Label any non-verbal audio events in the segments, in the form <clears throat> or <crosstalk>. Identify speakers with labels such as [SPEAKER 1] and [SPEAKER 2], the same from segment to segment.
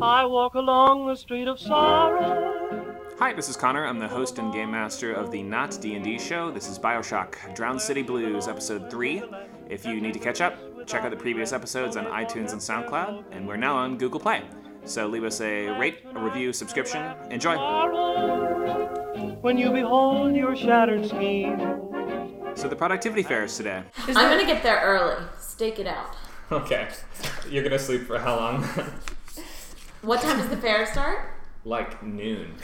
[SPEAKER 1] I walk along the street of sorrow.
[SPEAKER 2] Hi, this is Connor. I'm the host and game master of the Not D&D show. This is BioShock Drowned City Blues episode 3. If you need to catch up, check out the previous episodes on iTunes and SoundCloud, and we're now on Google Play. So leave us a rate, a review, subscription. Enjoy.
[SPEAKER 1] Sorrow. When you behold your shattered scheme.
[SPEAKER 2] So the productivity fair is today.
[SPEAKER 3] I'm gonna get there early. Stake it out.
[SPEAKER 4] <laughs> Okay. You're gonna sleep for how long? <laughs>
[SPEAKER 3] What time does the fair start?
[SPEAKER 4] like noon.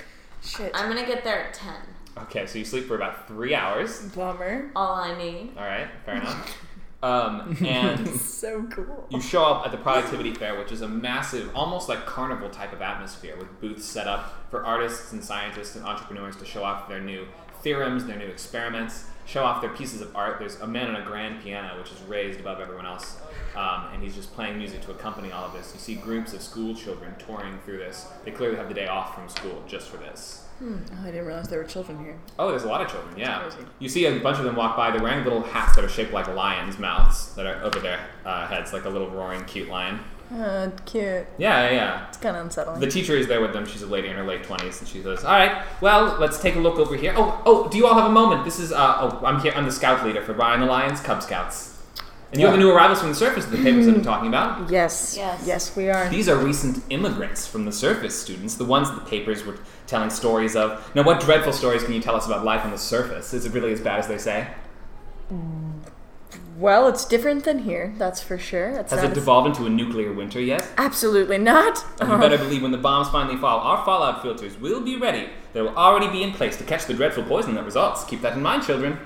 [SPEAKER 5] Shit.
[SPEAKER 3] I'm gonna get there at 10.
[SPEAKER 4] Okay, so you sleep for about three hours.
[SPEAKER 5] Bummer.
[SPEAKER 3] All I need.
[SPEAKER 4] All right, fair enough.
[SPEAKER 5] <laughs>
[SPEAKER 4] Um, and
[SPEAKER 5] So cool.
[SPEAKER 4] you show up at the productivity fair, which is a massive, almost like carnival type of atmosphere, with booths set up for artists and scientists and entrepreneurs to show off their new theorems, their new experiments, show off their pieces of art. There's a man on a grand piano, which is raised above everyone else, um, and he's just playing music to accompany all of this. You see groups of school children touring through this. They clearly have the day off from school just for this.
[SPEAKER 5] Oh, I didn't realize there were children here.
[SPEAKER 4] Oh, there's a lot of children. Yeah,
[SPEAKER 5] crazy.
[SPEAKER 4] you see a bunch of them walk by. They're wearing little hats that are shaped like lions' mouths that are over their uh, heads, like a little roaring, cute lion.
[SPEAKER 5] Uh, cute.
[SPEAKER 4] Yeah, yeah, yeah.
[SPEAKER 5] It's kind of unsettling.
[SPEAKER 4] The teacher is there with them. She's a lady in her late twenties, and she says, "All right, well, let's take a look over here. Oh, oh, do you all have a moment? This is uh, oh, I'm here. I'm the scout leader for Brian the Lions Cub Scouts, and you are the new arrivals from the surface that the papers have been talking about.
[SPEAKER 5] yes.
[SPEAKER 3] Yes.
[SPEAKER 5] Yes, we are.
[SPEAKER 4] These are recent immigrants from the surface students, the ones the papers were telling stories of. Now, what dreadful stories can you tell us about life on the surface? Is it really as bad as they say?
[SPEAKER 5] Well, it's different than here, that's for sure. It's
[SPEAKER 4] Has
[SPEAKER 5] not
[SPEAKER 4] it
[SPEAKER 5] as-
[SPEAKER 4] devolved into a nuclear winter yet?
[SPEAKER 5] Absolutely not.
[SPEAKER 4] And you better believe when the bombs finally fall, our fallout filters will be ready. They will already be in place to catch the dreadful poison that results. Keep that in mind, children.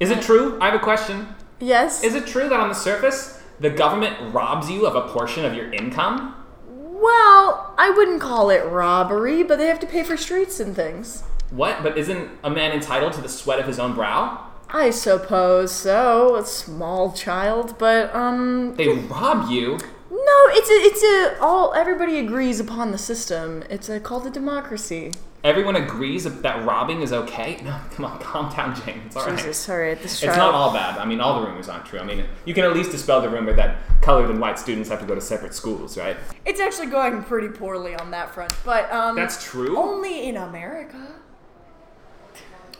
[SPEAKER 4] Is it true? I have a question.
[SPEAKER 5] <laughs> Yes.
[SPEAKER 4] Is it true that on the surface, the government robs you of a portion of your income?
[SPEAKER 5] well, I wouldn't call it robbery, but they have to pay for streets and things.
[SPEAKER 4] What? But isn't a man entitled to the sweat of his own brow?
[SPEAKER 5] I suppose so. A small child, but um,
[SPEAKER 4] They rob you?
[SPEAKER 5] no, it's a, it's a all everybody agrees upon the system. It's a, called a democracy.
[SPEAKER 4] Everyone agrees that robbing is okay? No, come on, <laughs> calm down, James. It's alright.
[SPEAKER 5] Jesus, sorry, this
[SPEAKER 4] It's
[SPEAKER 5] child-
[SPEAKER 4] not all bad. I mean, all the rumors aren't true. I mean, you can at least dispel the rumor that colored and white students have to go to separate schools, right?
[SPEAKER 5] It's actually going pretty poorly on that front, but um,
[SPEAKER 4] That's true.
[SPEAKER 5] only in America.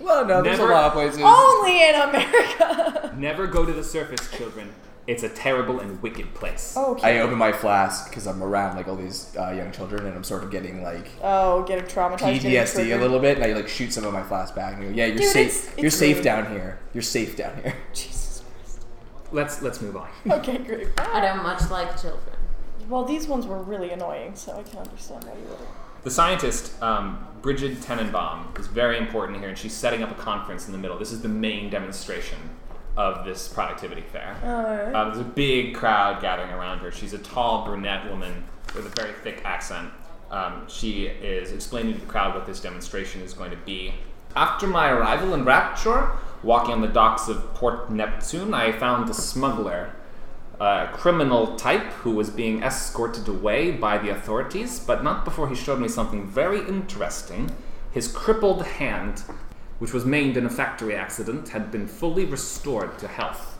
[SPEAKER 6] Well, no, there's a
[SPEAKER 4] Never-
[SPEAKER 6] lot of places.
[SPEAKER 5] Uh. Only in America. <laughs>
[SPEAKER 4] Never go to the surface, children. It's a terrible and wicked place.
[SPEAKER 5] Oh,
[SPEAKER 6] I open my flask because I'm around like all these uh, young children, and I'm sort of getting like
[SPEAKER 5] Oh, getting traumatized. getting
[SPEAKER 6] PTSD a
[SPEAKER 5] triggered.
[SPEAKER 6] little bit, and I like shoot some of my flask back, and go, "Yeah, you're
[SPEAKER 5] Dude,
[SPEAKER 6] safe.
[SPEAKER 5] it's-
[SPEAKER 6] you're
[SPEAKER 5] it's
[SPEAKER 6] safe
[SPEAKER 5] rude.
[SPEAKER 6] down here. You're safe down here."
[SPEAKER 5] Jesus Christ.
[SPEAKER 4] Let's let's move on.
[SPEAKER 5] Okay, great.
[SPEAKER 3] I don't much like children.
[SPEAKER 5] Well, these ones were really annoying, so I can understand why you would.
[SPEAKER 4] The scientist um, Bridget Tenenbaum is very important here, and she's setting up a conference in the middle. This is the main demonstration of this productivity fair.
[SPEAKER 5] Alright.
[SPEAKER 4] Uh, there's a big crowd gathering around her. She's a tall brunette woman with a very thick accent. Um, she is explaining to the crowd what this demonstration is going to be. After my arrival in Rapture, walking on the docks of Port Neptune, I found a smuggler, a criminal type who was being escorted away by the authorities, but not before he showed me something very interesting. His crippled hand, which was maimed in a factory accident, had been fully restored to health.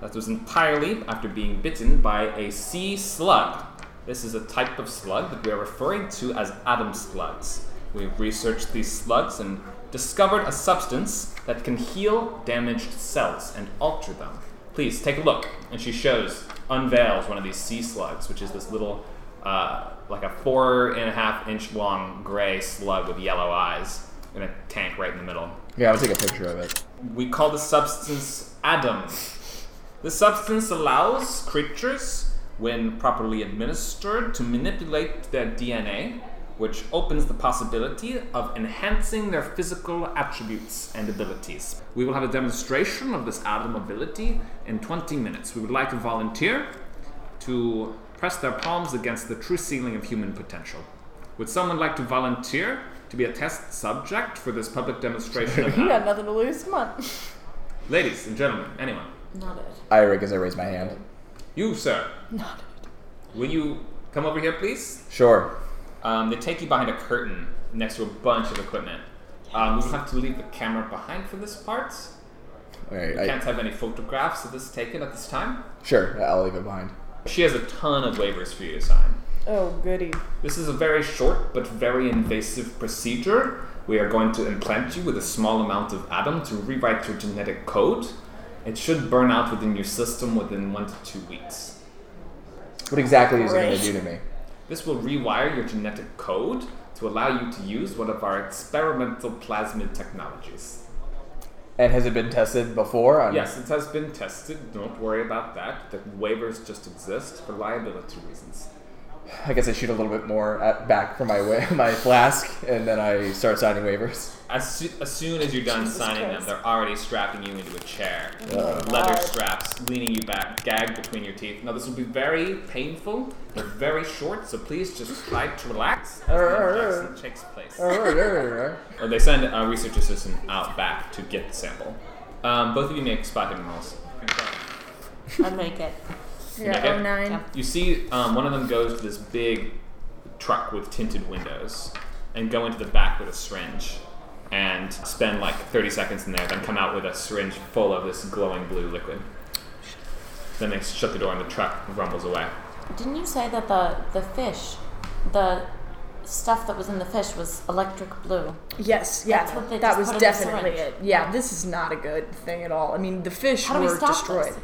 [SPEAKER 4] That was entirely after being bitten by a sea slug. This is a type of slug that we are referring to as atom slugs. We've researched these slugs and discovered a substance that can heal damaged cells and alter them. Please take a look. And she shows, unveils one of these sea slugs, which is this little, uh, like a four and a half inch long gray slug with yellow eyes in a tank right in the middle.
[SPEAKER 6] Yeah, I'll take a picture of it.
[SPEAKER 4] We call the substance Adam. The substance allows creatures, when properly administered, to manipulate their DNA, which opens the possibility of enhancing their physical attributes and abilities. We will have a demonstration of this Adam ability in 20 minutes. We would like a volunteer to press their palms against the true ceiling of human potential. Would someone like to volunteer to be a test subject for this public demonstration of Adam?
[SPEAKER 5] You got nothing to lose, come on. <laughs>
[SPEAKER 4] Ladies and gentlemen, anyone,
[SPEAKER 3] Not <laughs> it.
[SPEAKER 6] I as I raise my hand.
[SPEAKER 4] you, sir,
[SPEAKER 5] Not
[SPEAKER 4] will you come over here, please?
[SPEAKER 6] Sure.
[SPEAKER 4] Um, they take you behind a curtain next to a bunch of equipment. Um, we'll have to leave the camera behind for this part.
[SPEAKER 6] All right.
[SPEAKER 4] We
[SPEAKER 6] I,
[SPEAKER 4] can't have any photographs of this taken at this time.
[SPEAKER 6] sure. I'll leave it behind.
[SPEAKER 4] She has a ton of waivers for you to sign.
[SPEAKER 5] Oh, goody.
[SPEAKER 4] This is a very short but very invasive procedure. We are going to implant you with a small amount of atom to rewrite your genetic code. It should burn out within your system within one to two weeks.
[SPEAKER 6] What exactly is it
[SPEAKER 5] Great.
[SPEAKER 6] gonna do to me?
[SPEAKER 4] This will rewire your genetic code to allow you to use one of our experimental plasmid technologies.
[SPEAKER 6] And has it been tested before? On,
[SPEAKER 4] Yes, it has been tested. Don't worry about that. The waivers just exist for liability reasons.
[SPEAKER 6] I guess I shoot a little bit more at, back from my wa- <laughs> my flask, and then I start signing waivers.
[SPEAKER 4] As, soo- as soon as you're done
[SPEAKER 5] Jesus
[SPEAKER 4] signing
[SPEAKER 5] Christ.
[SPEAKER 4] them, they're already strapping you into a chair.
[SPEAKER 5] Uh-oh.
[SPEAKER 4] Leather
[SPEAKER 5] God.
[SPEAKER 4] straps, leaning you back, gagged between your teeth. Now, this will be very painful. They're very short, so please just try to relax as the injection takes place.
[SPEAKER 6] Alright,
[SPEAKER 4] Or they send a research assistant out back to get the sample. Um, both of you make spot hidden rolls.
[SPEAKER 3] I make it.
[SPEAKER 5] Yeah,
[SPEAKER 4] Okay.
[SPEAKER 5] oh nine.
[SPEAKER 4] You see, um, one of them goes to this big truck with tinted windows and go into the back with a syringe and spend like 30 seconds in there, then come out with a syringe full of this glowing blue liquid. Then they shut the door and the truck rumbles away.
[SPEAKER 3] Didn't you say that the the fish, the stuff that was in the fish was electric blue?
[SPEAKER 5] Yes, yeah.
[SPEAKER 3] That's what they
[SPEAKER 5] that
[SPEAKER 3] just
[SPEAKER 5] was
[SPEAKER 3] put in the
[SPEAKER 5] definitely
[SPEAKER 3] syringe.
[SPEAKER 5] it. Yeah, this is not a good thing at all. I mean, the fish
[SPEAKER 3] How do we
[SPEAKER 5] were
[SPEAKER 3] stop
[SPEAKER 5] destroyed.
[SPEAKER 3] this?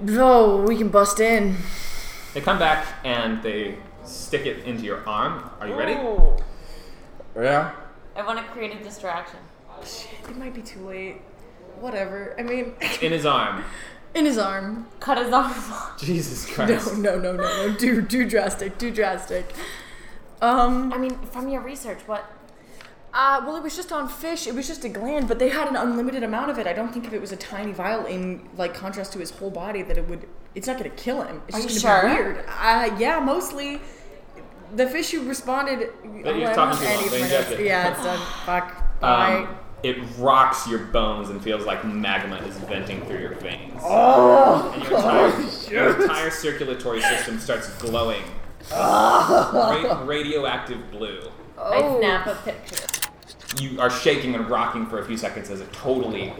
[SPEAKER 5] No, we can bust in.
[SPEAKER 4] They come back and they stick it into your arm. Are you ready?
[SPEAKER 6] yeah.
[SPEAKER 3] I want to create a distraction.
[SPEAKER 5] Shit, it might be too late. Whatever. I mean, <laughs>
[SPEAKER 4] In his arm.
[SPEAKER 5] in his arm.
[SPEAKER 3] Cut his arm off.
[SPEAKER 4] Jesus
[SPEAKER 5] No,
[SPEAKER 4] Christ.
[SPEAKER 5] no, no, no, no. Too, too drastic. Too drastic.
[SPEAKER 3] <laughs>
[SPEAKER 5] Um.
[SPEAKER 3] I mean, from your research, what?
[SPEAKER 5] Uh, well, it was just on fish. It was just a gland, but they had an unlimited amount of it. I don't think if it was a tiny vial in like contrast to his whole body that it would. It's not going to kill him. It's
[SPEAKER 3] Are
[SPEAKER 5] just
[SPEAKER 3] you
[SPEAKER 5] gonna be
[SPEAKER 3] sure?
[SPEAKER 5] weird. Uh, yeah, mostly. The fish who responded.
[SPEAKER 4] That you're
[SPEAKER 5] Well, I don't
[SPEAKER 4] talking
[SPEAKER 5] have
[SPEAKER 4] to
[SPEAKER 5] any
[SPEAKER 4] them, they
[SPEAKER 5] minutes.
[SPEAKER 4] injected.
[SPEAKER 5] Yeah, it's done. Fuck. Bye.
[SPEAKER 4] Um, it rocks your bones and feels like magma is venting through your veins. and your entire, your entire circulatory system starts glowing. Ra- radioactive blue.
[SPEAKER 3] I snap
[SPEAKER 5] Oh.
[SPEAKER 3] a picture.
[SPEAKER 4] You are shaking and rocking for a few seconds as it totally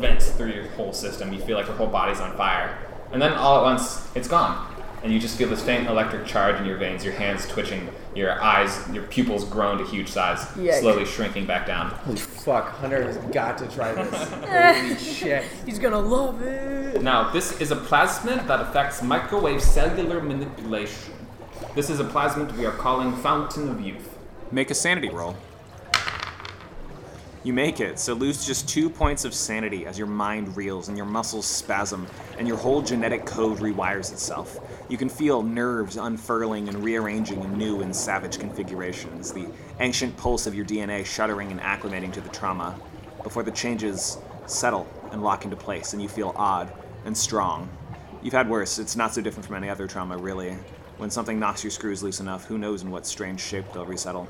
[SPEAKER 4] vents through your whole system. You feel like your whole body's on fire. And then all at once, it's gone. And you just feel this faint electric charge in your veins, your hands twitching, your eyes, your pupils grown to huge size,
[SPEAKER 5] Yuck.
[SPEAKER 4] slowly shrinking back down.
[SPEAKER 6] Holy fuck, Hunter has got to
[SPEAKER 4] <laughs>
[SPEAKER 6] try this. Holy shit.
[SPEAKER 5] He's gonna love it.
[SPEAKER 4] Now, this is a plasmid that affects microwave cellular manipulation. This is a plasmid we are calling Fountain of Youth.
[SPEAKER 2] Make a sanity roll. You make it, so lose just two points of sanity as your mind reels and your muscles spasm and your whole genetic code rewires itself. You can feel nerves unfurling and rearranging in new and savage configurations, the ancient pulse of your DNA shuddering and acclimating to the trauma before the changes settle and lock into place and you feel odd and strong. You've had worse, it's not so different from any other trauma, really. When something knocks your screws loose enough, who knows in what strange shape they'll resettle.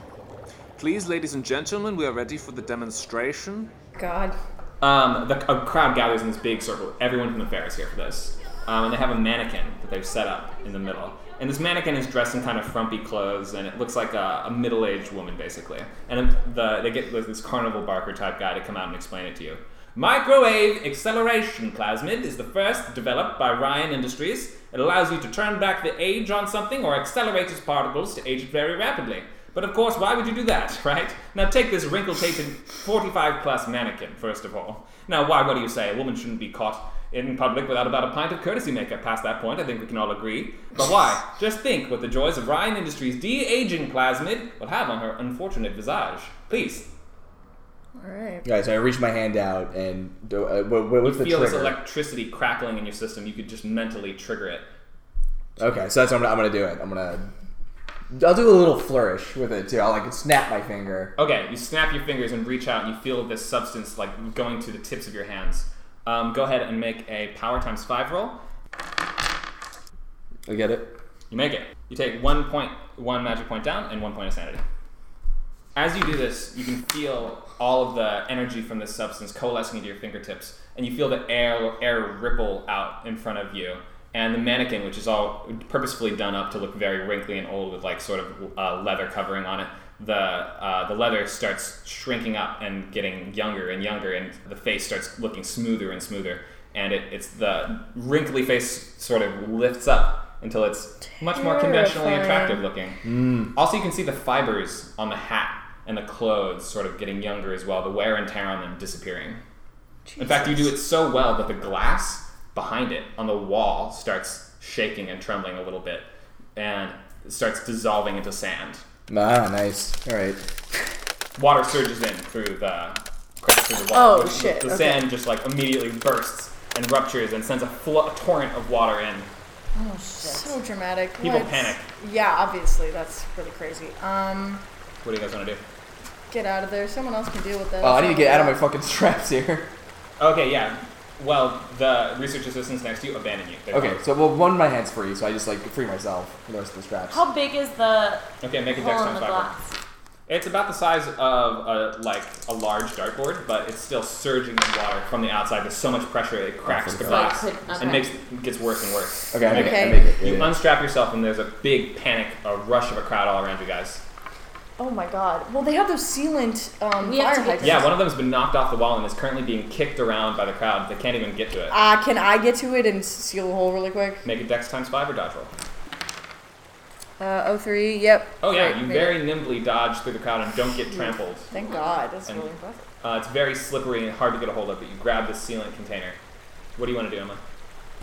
[SPEAKER 2] Please, ladies and gentlemen, we are ready for the demonstration.
[SPEAKER 5] God.
[SPEAKER 4] Um, the a crowd gathers in this big circle. Everyone from the fair is here for this. Um, and they have a mannequin that they've set up in the middle. And this mannequin is dressed in kind of frumpy clothes, and it looks like a, a middle-aged woman, basically. And the, they get this carnival barker type guy to come out and explain it to you. Microwave acceleration plasmid is the first developed by Ryan Industries. It allows you to turn back the age on something or accelerate its particles to age it very rapidly. But of course, why would you do that, <laughs> right? Now take this wrinkle-tated 45 plus mannequin, first of all. Now, why, what do you say? A woman shouldn't be caught in public without about a pint of courtesy makeup. Past that point, I think we can all agree. But why? Just think what the joys of Ryan Industries' de aging plasmid will have on her unfortunate visage. Please,
[SPEAKER 5] All right.
[SPEAKER 6] Alright, so I reach my hand out and do, uh, what, what- what's the
[SPEAKER 4] feel this
[SPEAKER 6] trigger?
[SPEAKER 4] electricity crackling in your system. You could just mentally trigger it.
[SPEAKER 6] okay, so that's what I'm, gonna- I'm gonna do it. I'm gonna. I'll do a little flourish with it too. I'll like snap my finger.
[SPEAKER 4] Okay, you snap your fingers and reach out, and you feel this substance like going to the tips of your hands. Um, go ahead and make a power times five roll.
[SPEAKER 6] I get it.
[SPEAKER 4] You make it. You take one point, one magic point down, and one point of sanity. As you do this, you can feel all of the energy from this substance coalescing into your fingertips, and you feel the air air ripple out in front of you. And the mannequin, which is all purposefully done up to look very wrinkly and old, with like sort of uh, leather covering on it, the uh, the leather starts shrinking up and getting younger and younger, and the face starts looking smoother and smoother. And it, it's the wrinkly face sort of lifts up until it's much more conventionally
[SPEAKER 5] Terrifying.
[SPEAKER 4] attractive looking. Also, you can see the fibers on the hat and the clothes sort of getting younger as well, the wear and tear on them disappearing. In fact, you do it so well that the glass behind it on the wall starts shaking and trembling a little bit and starts dissolving into sand.
[SPEAKER 6] Ah, nice. All right.
[SPEAKER 4] Water surges in through the cracks through the
[SPEAKER 5] Oh,
[SPEAKER 4] wall. The-
[SPEAKER 5] shit,
[SPEAKER 4] The
[SPEAKER 5] okay.
[SPEAKER 4] sand just like immediately bursts and ruptures and sends a, flo- a torrent of water in.
[SPEAKER 3] Oh shit.
[SPEAKER 5] So dramatic.
[SPEAKER 4] People
[SPEAKER 5] What?
[SPEAKER 4] panic.
[SPEAKER 5] Yeah, obviously. That's really crazy. Um,
[SPEAKER 4] What do you guys want to do?
[SPEAKER 5] get out of there. Someone else can deal with this.
[SPEAKER 6] Oh, I need to get out of my fucking <laughs> straps here.
[SPEAKER 4] Okay, yeah. Well, the research assistants next to you abandon you. They're
[SPEAKER 6] Okay,
[SPEAKER 4] gone.
[SPEAKER 6] so well, one my hand's free, so I just like free myself from the rest of the straps.
[SPEAKER 3] How big is the
[SPEAKER 4] Okay, make a dex
[SPEAKER 3] hole in
[SPEAKER 4] times
[SPEAKER 3] the
[SPEAKER 4] five. roll.
[SPEAKER 3] glass?
[SPEAKER 4] It's about the size of a like a large dartboard, but it's still surging in water from the outside. There's so much pressure it cracks the
[SPEAKER 6] Okay.
[SPEAKER 4] glass
[SPEAKER 3] Like, could-
[SPEAKER 4] and
[SPEAKER 3] okay.
[SPEAKER 4] makes gets worse and worse.
[SPEAKER 6] Okay, I make
[SPEAKER 5] Okay.
[SPEAKER 6] it. I make it.
[SPEAKER 4] You
[SPEAKER 6] yeah, yeah.
[SPEAKER 4] unstrap yourself, and there's a big panic, a rush of a crowd all around you guys.
[SPEAKER 5] Oh my god. Well, they have those sealant um,
[SPEAKER 3] We have
[SPEAKER 5] fire
[SPEAKER 3] to get-
[SPEAKER 5] hydrants.
[SPEAKER 4] Yeah, one of them's been knocked off the wall and is currently being kicked around by the crowd. They can't even get to it.
[SPEAKER 5] Uh, can I get to it and seal the hole really quick?
[SPEAKER 4] Make a dex times five or dodge roll.
[SPEAKER 5] Uh, 03, yep.
[SPEAKER 4] Oh yeah,
[SPEAKER 5] Great,
[SPEAKER 4] you
[SPEAKER 5] made it.
[SPEAKER 4] very nimbly dodge through the crowd and don't get trampled.
[SPEAKER 5] Thank god. That's
[SPEAKER 4] And-
[SPEAKER 5] really impressive.
[SPEAKER 4] Uh, it's very slippery and hard to get a hold of, but you grab this sealant container. What do you want to do, Emma?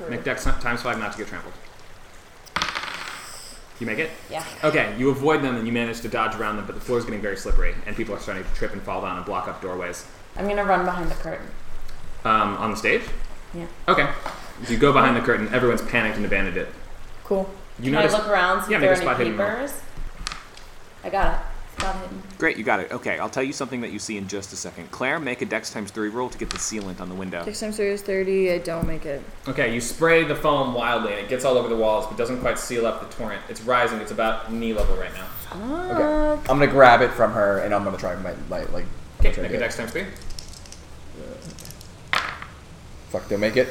[SPEAKER 4] Make dex times five not to get trampled. You make it?
[SPEAKER 3] Yeah.
[SPEAKER 4] Okay, you avoid them and you manage to dodge around them, but the floor is getting very slippery, and people are starting to trip and fall down and block up doorways.
[SPEAKER 3] I'm gonna run behind the curtain.
[SPEAKER 4] Um, on the stage?
[SPEAKER 3] Yeah.
[SPEAKER 4] Okay. So you go behind the curtain, everyone's panicked and abandoned it.
[SPEAKER 5] Cool.
[SPEAKER 4] You
[SPEAKER 3] Can I
[SPEAKER 4] notice.
[SPEAKER 3] look around, see
[SPEAKER 4] Yeah, make
[SPEAKER 3] if there
[SPEAKER 4] a
[SPEAKER 3] are any
[SPEAKER 4] spot hidden roll.
[SPEAKER 3] papers? I got it. Spot hidden.
[SPEAKER 2] Great, you got it. Okay, I'll tell you something that you see in just a second. Claire, make a dex times three roll to get the sealant on the window.
[SPEAKER 5] Next time series 30, I don't make it.
[SPEAKER 4] Okay, you spray the foam wildly, and it gets all over the walls, but doesn't quite seal up the torrent. It's rising, it's about knee level right now.
[SPEAKER 6] Okay. I'm gonna grab it from her and I'm gonna try my like like.
[SPEAKER 4] Okay,
[SPEAKER 6] try
[SPEAKER 4] make
[SPEAKER 6] to
[SPEAKER 4] a
[SPEAKER 6] get-
[SPEAKER 4] dex times three.
[SPEAKER 6] Fuck, don't make it.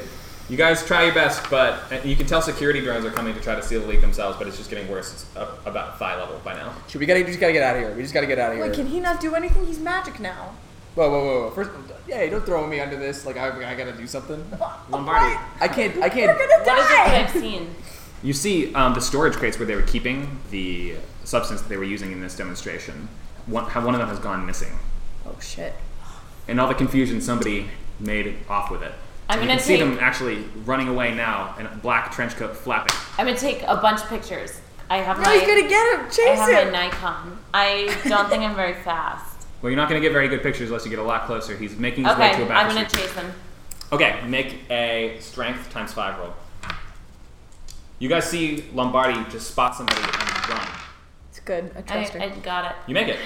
[SPEAKER 4] You guys try your best, but and you can tell security drones are coming to try to seal the leak themselves, but it's just getting worse. It's up about thigh level by now.
[SPEAKER 6] Should we gotta we just gotta get out of here? We just gotta get out of here.
[SPEAKER 5] Wait, can he not do anything? He's magic now.
[SPEAKER 6] whoa, whoa, whoa, whoa! First, hey, don't throw me under this. Like I, I gotta do something.
[SPEAKER 4] Lombardi,
[SPEAKER 6] I can't. I
[SPEAKER 5] We're
[SPEAKER 6] can't.
[SPEAKER 5] gonna
[SPEAKER 3] What is it that
[SPEAKER 5] die!
[SPEAKER 3] I've seen?
[SPEAKER 4] you see um, the storage crates where they were keeping the substance that they were using in this demonstration. One, how- one of them has gone missing.
[SPEAKER 5] Oh shit.
[SPEAKER 4] In all the confusion, somebody made off with it.
[SPEAKER 3] I'm
[SPEAKER 4] And you
[SPEAKER 3] gonna
[SPEAKER 4] can see
[SPEAKER 3] take-
[SPEAKER 4] them actually running away now in a black trench coat flapping.
[SPEAKER 3] I'm gonna take a bunch of pictures. I have
[SPEAKER 5] No,
[SPEAKER 3] my
[SPEAKER 5] he's gonna get him!
[SPEAKER 3] I
[SPEAKER 5] Chase
[SPEAKER 3] have
[SPEAKER 5] him!
[SPEAKER 3] my Nikon. I don't think I'm very fast.
[SPEAKER 4] Well, you're not going to get very good pictures unless you get a lot closer. <laughs> He's making his way
[SPEAKER 3] Okay,
[SPEAKER 4] to a back.
[SPEAKER 3] I'm gonna
[SPEAKER 4] seat.
[SPEAKER 3] chase him.
[SPEAKER 4] Okay, make a strength times five roll. You guys see Lombardi just spot somebody and run.
[SPEAKER 5] It's good. I
[SPEAKER 3] I,
[SPEAKER 5] trust her.
[SPEAKER 3] I got it.
[SPEAKER 4] You make it.